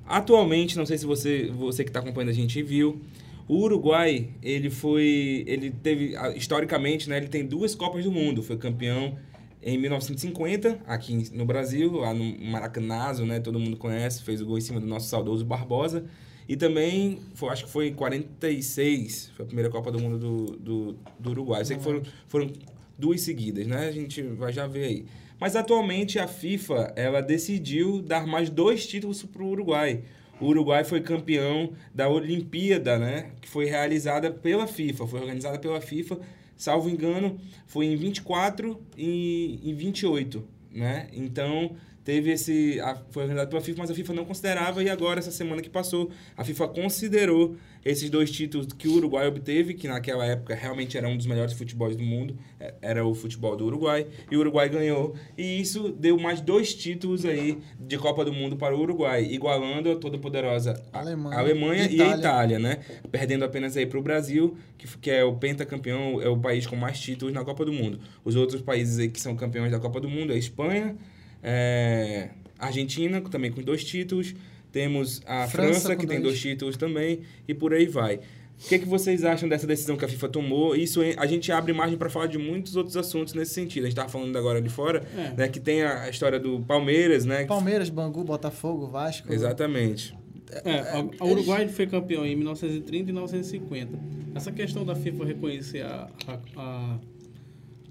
Atualmente, não sei se você, você que está acompanhando a gente viu, o Uruguai, ele foi, ele teve, ah, historicamente, né, ele tem duas Copas do Mundo, foi campeão em 1950, aqui em- no Brasil, lá no Maracanazo, né, todo mundo conhece, fez o gol em cima do nosso saudoso Barbosa, e também, foi, acho que foi em 46, foi a primeira Copa do Mundo do, do, do Uruguai, eu sei que foram, foram duas seguidas, né, a gente vai já ver aí. Mas atualmente a FIFA ela decidiu dar mais dois títulos para o Uruguai. O Uruguai foi campeão da Olimpíada, né? Que foi realizada pela FIFA, foi organizada pela FIFA, salvo engano, foi em 24 e em 28, né? Então teve esse. a- foi organizado pela FIFA, mas a FIFA não considerava, e agora, essa semana que passou, a FIFA considerou esses dois títulos que o Uruguai obteve, que naquela época realmente era um dos melhores futebols do mundo, é- era o futebol do Uruguai, e o Uruguai ganhou. E isso deu mais dois títulos aí de Copa do Mundo para o Uruguai, igualando a toda poderosa a- Alemanha. a Alemanha e a Itália. Itália, né? Perdendo apenas aí para o Brasil, que, f- que é o pentacampeão, é o país com mais títulos na Copa do Mundo. Os outros países aí que são campeões da Copa do Mundo é a Espanha, é, Argentina, que também com dois títulos. Temos a França, França que com tem dois. dois títulos também, e por aí vai. O que, que vocês acham dessa decisão que a FIFA tomou? Isso é- a gente abre margem para falar de muitos outros assuntos nesse sentido. A gente estava falando agora ali fora, É. né, que tem a a história do Palmeiras, né? que- Palmeiras, Bangu, Botafogo, Vasco. Exatamente. É, o- o Uruguai foi campeão em 1930 e 1950. Essa questão da FIFA reconhecer a, a, a,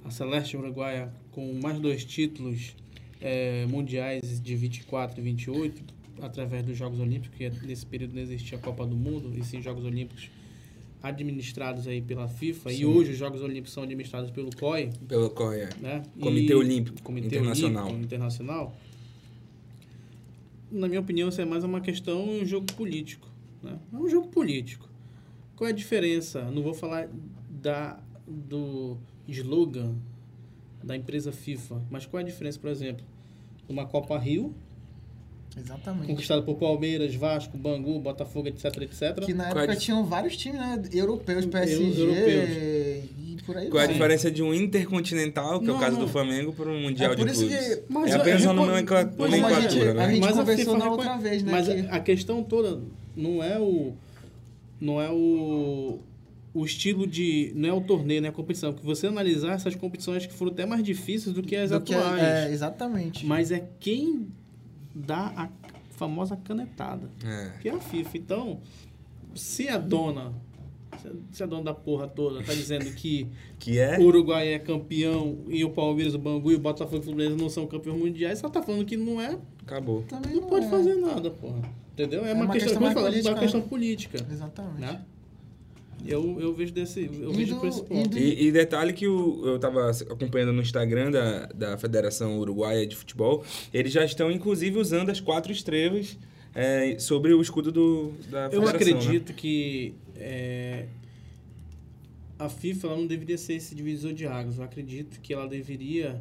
a Celeste Uruguaia com mais dois títulos é, mundiais de 24 e 28, através dos Jogos Olímpicos, que nesse período não existia a Copa do Mundo, e sim Jogos Olímpicos administrados aí pela FIFA, e hoje os Jogos Olímpicos são administrados pelo COI, Pelo Correia. né? Comitê E- Olímpico Comitê Internacional. Olímpico né? Internacional. Na minha opinião, isso é mais uma questão um jogo político, né? É um jogo político. Qual é a diferença? Não vou falar da do slogan da empresa FIFA, mas qual é a diferença, por exemplo, uma Copa Rio Exatamente. conquistada por Palmeiras, Vasco, Bangu, Botafogo, etc, etc. Que na Qual a época dif- tinham vários times, né? Europeus, PSG Europeus. e por aí Qual é a vai. diferença de um intercontinental, que é Não, o caso não. do Flamengo, para um Mundial É por de isso Clubes? que- Mas é eu- apenas eu uma recon- nomencla- pois Como é, a gente, nomenclatura, a né? gente Mas a conversou FIFA na recon- outra vez, né? Mas que- a a questão toda não é o. Não é o. O estilo de. Não é o torneio, né? A competição. Porque você analisar essas competições que foram até mais difíceis do que as do que é- atuais. é, exatamente. Mas é quem dá a famosa canetada. É. Que é a FIFA. Então, se a dona. se a- Se a dona da porra toda tá dizendo que Que é... o Uruguai é campeão e o Palmeiras, o Bangu e o Botafogo e o Fluminense não são campeões mundiais, ela tá falando que não é Acabou. Também não pode é. fazer nada, porra. Entendeu? É, uma, questão, como eu mais falo, é política, uma né? questão política, Exatamente. né? Eu, eu vejo desse, eu E vejo do- por esse e ponto. do- E, e detalhe que o- eu estava acompanhando no Instagram da, da Federação Uruguaia de Futebol, eles já estão, inclusive, usando as quatro estrelas é, sobre o escudo do, da federação. Eu né? acredito que é, a FIFA ela não deveria ser esse divisor de águas. Eu acredito que ela deveria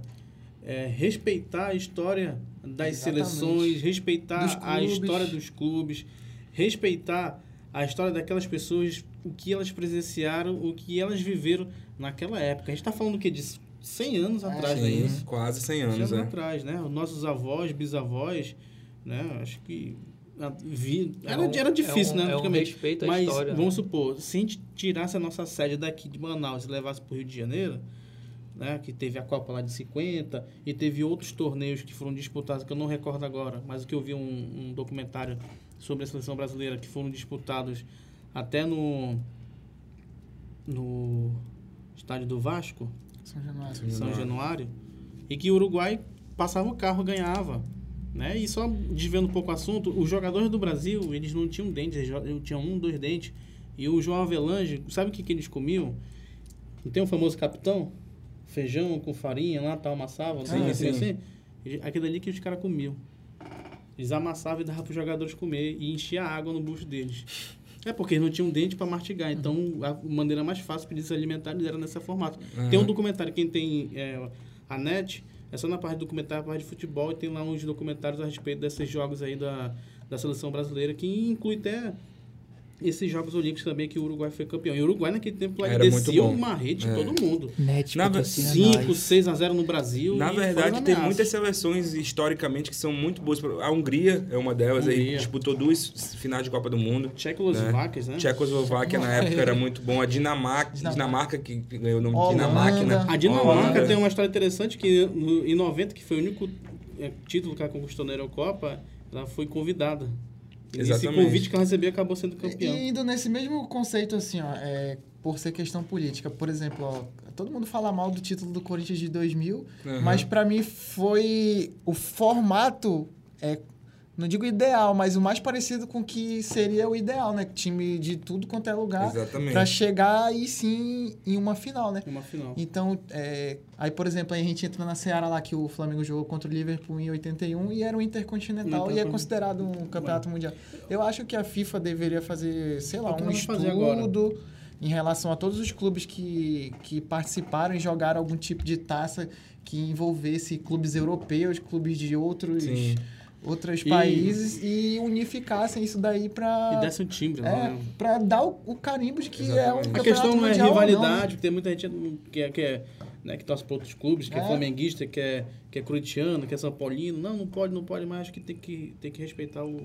é, respeitar a história das Exatamente. seleções, respeitar Dos a clubes. história dos clubes, respeitar a história daquelas pessoas, o que elas presenciaram, o que elas viveram naquela época. A gente está falando o quê? De 100 anos atrás, não é Sim, isso? Quase 100 anos, anos, né? atrás, né? Os nossos avós, bisavós, né? Acho que a- vi- É era, um- era difícil, é um- né? É um Antigamente. respeito à Mas história. né? vamos supor, se a gente tirasse a nossa sede daqui de Manaus e levasse para o Rio de Janeiro, né? Que teve a Copa lá de 50 e teve outros torneios que foram disputados que eu não recordo agora, mas que eu vi um, um documentário sobre a seleção brasileira que foram disputados até no no estádio do Vasco. São Januário. São Januário, e que o Uruguai passava o carro, ganhava. Né? E só desviando um pouco o assunto, os jogadores do Brasil, eles não tinham dentes, eles jo- tinham um, dois dentes. E o João Avelange, sabe o que, que eles comiam? Não tem o famoso capitão? Feijão com farinha lá, tal, amassava, não sei Sim, o que, assim, sim. assim. Ele- Aquilo ali que os caras comiam. Eles amassavam e davam para os jogadores comer e enchia a água no bucho deles. É porque eles não tinham dente para mastigar, então a maneira mais fácil para eles se alimentarem era nesse formato. É. Tem Uhum. um documentário, quem tem é, a net, é só na parte do documentário, a parte de futebol, e tem lá uns documentários a respeito desses jogos aí da, da seleção brasileira, que inclui até esses Jogos Olímpicos também, que o Uruguai foi campeão. E o Uruguai naquele tempo lá ele Era muito desceu bom. uma rede de É. todo mundo. Net, Na- É patrocina cinco nós. 6 a 0 no Brasil. Na e foram verdade, tem ameaças. muitas seleções historicamente que são muito boas. A Hungria é uma delas, aí Hungria. disputou duas finais de Copa do Mundo. Tchecoslovacas, É. né? Tchecoslováquia na época era muito bom. A Dinamarca, Dinamarca que ganhou o nome de Holanda. Dinamarca, né? A Dinamarca Holanda. tem um uma história interessante que no- em 90, que foi o único é, título que ela conquistou na Eurocopa, ela foi convidada. E esse Exatamente. convite que ela recebeu acabou sendo E campeão. ainda nesse mesmo conceito, assim, ó, é, por ser questão política, por exemplo, ó, todo mundo fala mal do título do Corinthians de 2000, Aham. mas pra mim foi o formato, é, não digo ideal, mas o mais parecido com o que seria o ideal, né? Time de tudo quanto é lugar, Exatamente. pra chegar aí sim em uma final, né? Uma final. Então, é, aí, por exemplo, aí a gente entra na Seara lá que o Flamengo jogou contra o Liverpool em 81 e era um intercontinental Então, e é foi- considerado um campeonato mundial. Eu acho que a FIFA deveria fazer, sei É lá, o que um ela vai fazer agora. estudo em relação a todos os clubes que, que participaram e jogaram algum tipo de taça que envolvesse clubes europeus, clubes de outros, Sim. outros E- países e unificassem isso daí Ah. E para desse um timbre, é, né? pra dar o, o carimbo de que é um Exatamente. A A campeonato questão não é mundial ou rivalidade, porque tem muita gente que é, que, é, né, que torce para outros clubes, que é, É. flamenguista, que é, que é curitiano, que é são paulino. Não, não pode, não pode mais, acho que tem que, tem que respeitar o...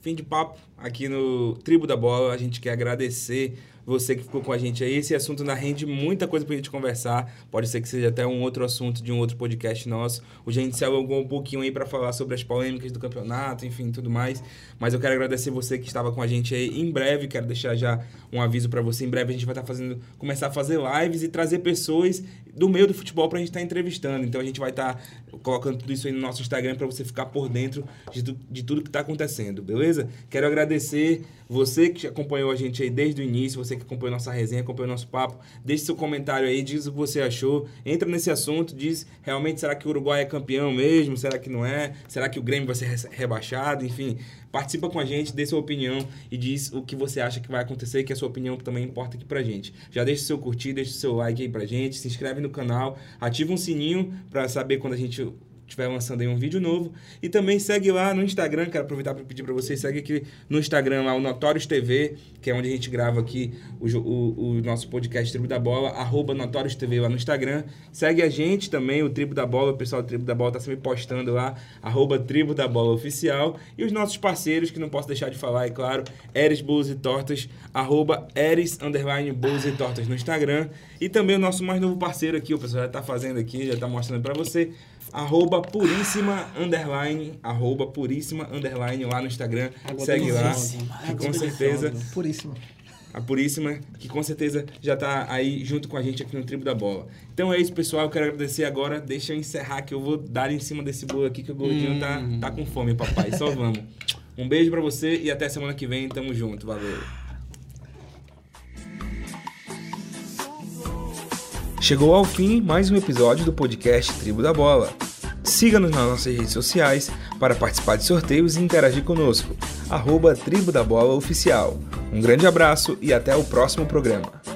Fim de papo aqui no Tribo da Bola. A gente quer agradecer você que ficou com a gente aí. Esse assunto ainda rende muita coisa pra gente conversar. Pode ser que seja até um outro assunto de um outro podcast nosso. Hoje a gente se alongou um pouquinho aí pra falar sobre as polêmicas do campeonato, enfim, tudo mais. Mas eu quero agradecer você que estava com a gente aí em breve. Quero deixar já um aviso pra você. Em breve a gente vai estar fazendo, começar a fazer lives e trazer pessoas do meio do futebol pra gente estar entrevistando. Então a gente vai estar colocando tudo isso aí no nosso Instagram pra você ficar por dentro de, tu- de tudo que tá acontecendo, beleza? Quero agradecer você que acompanhou a gente aí desde o início, você que acompanhou nossa resenha, acompanhou nosso papo. Deixe seu comentário aí, diz o que você achou, entra nesse assunto, diz realmente será que o Uruguai é campeão mesmo? Será que não é? Será que o Grêmio vai ser re- rebaixado? Enfim, participa com a gente, dê sua opinião e diz o que você acha que vai acontecer, que a sua opinião também importa aqui pra gente. Já deixa o seu curtir, deixa o seu like aí pra gente, se inscreve no canal, ativa um sininho pra saber quando a gente estiver lançando aí um vídeo novo. E também segue lá no Instagram, quero aproveitar para pedir para vocês, segue aqui no Instagram lá o Notórios TV, que é onde a gente grava aqui o, jo- o- o nosso podcast Tribo da Bola, arroba Notórios TV lá no Instagram. Segue a gente também, o Tribo da Bola, o pessoal do Tribo da Bola tá sempre postando lá, arroba Tribo da Bola Oficial. E os nossos parceiros, que não posso deixar de falar, é claro, Eres Bolos e Tortas, arroba Eres, underline, Bolos e Tortas no Instagram. E também o nosso mais novo parceiro aqui, o pessoal já tá fazendo aqui, já tá mostrando para você, arroba puríssima underline, arroba puríssima underline lá no Instagram. Água Segue lá. deliciosa. É Que com Água certeza, deliciosa. Puríssimo. a Puríssima, que com certeza já tá aí junto com a gente aqui no Tribo da Bola. Então é isso, pessoal. Eu quero agradecer agora. Deixa eu encerrar que eu vou dar em cima desse bolo aqui que o gordinho tá, tá com fome, papai. Só vamos. Um beijo pra você e até semana que vem. Tamo junto. Valeu. Chegou ao fim mais um episódio do podcast Tribo da Bola. Siga-nos nas nossas redes sociais para participar de sorteios e interagir conosco. Arroba Tribo da Bola Oficial. Um grande abraço e até o próximo programa.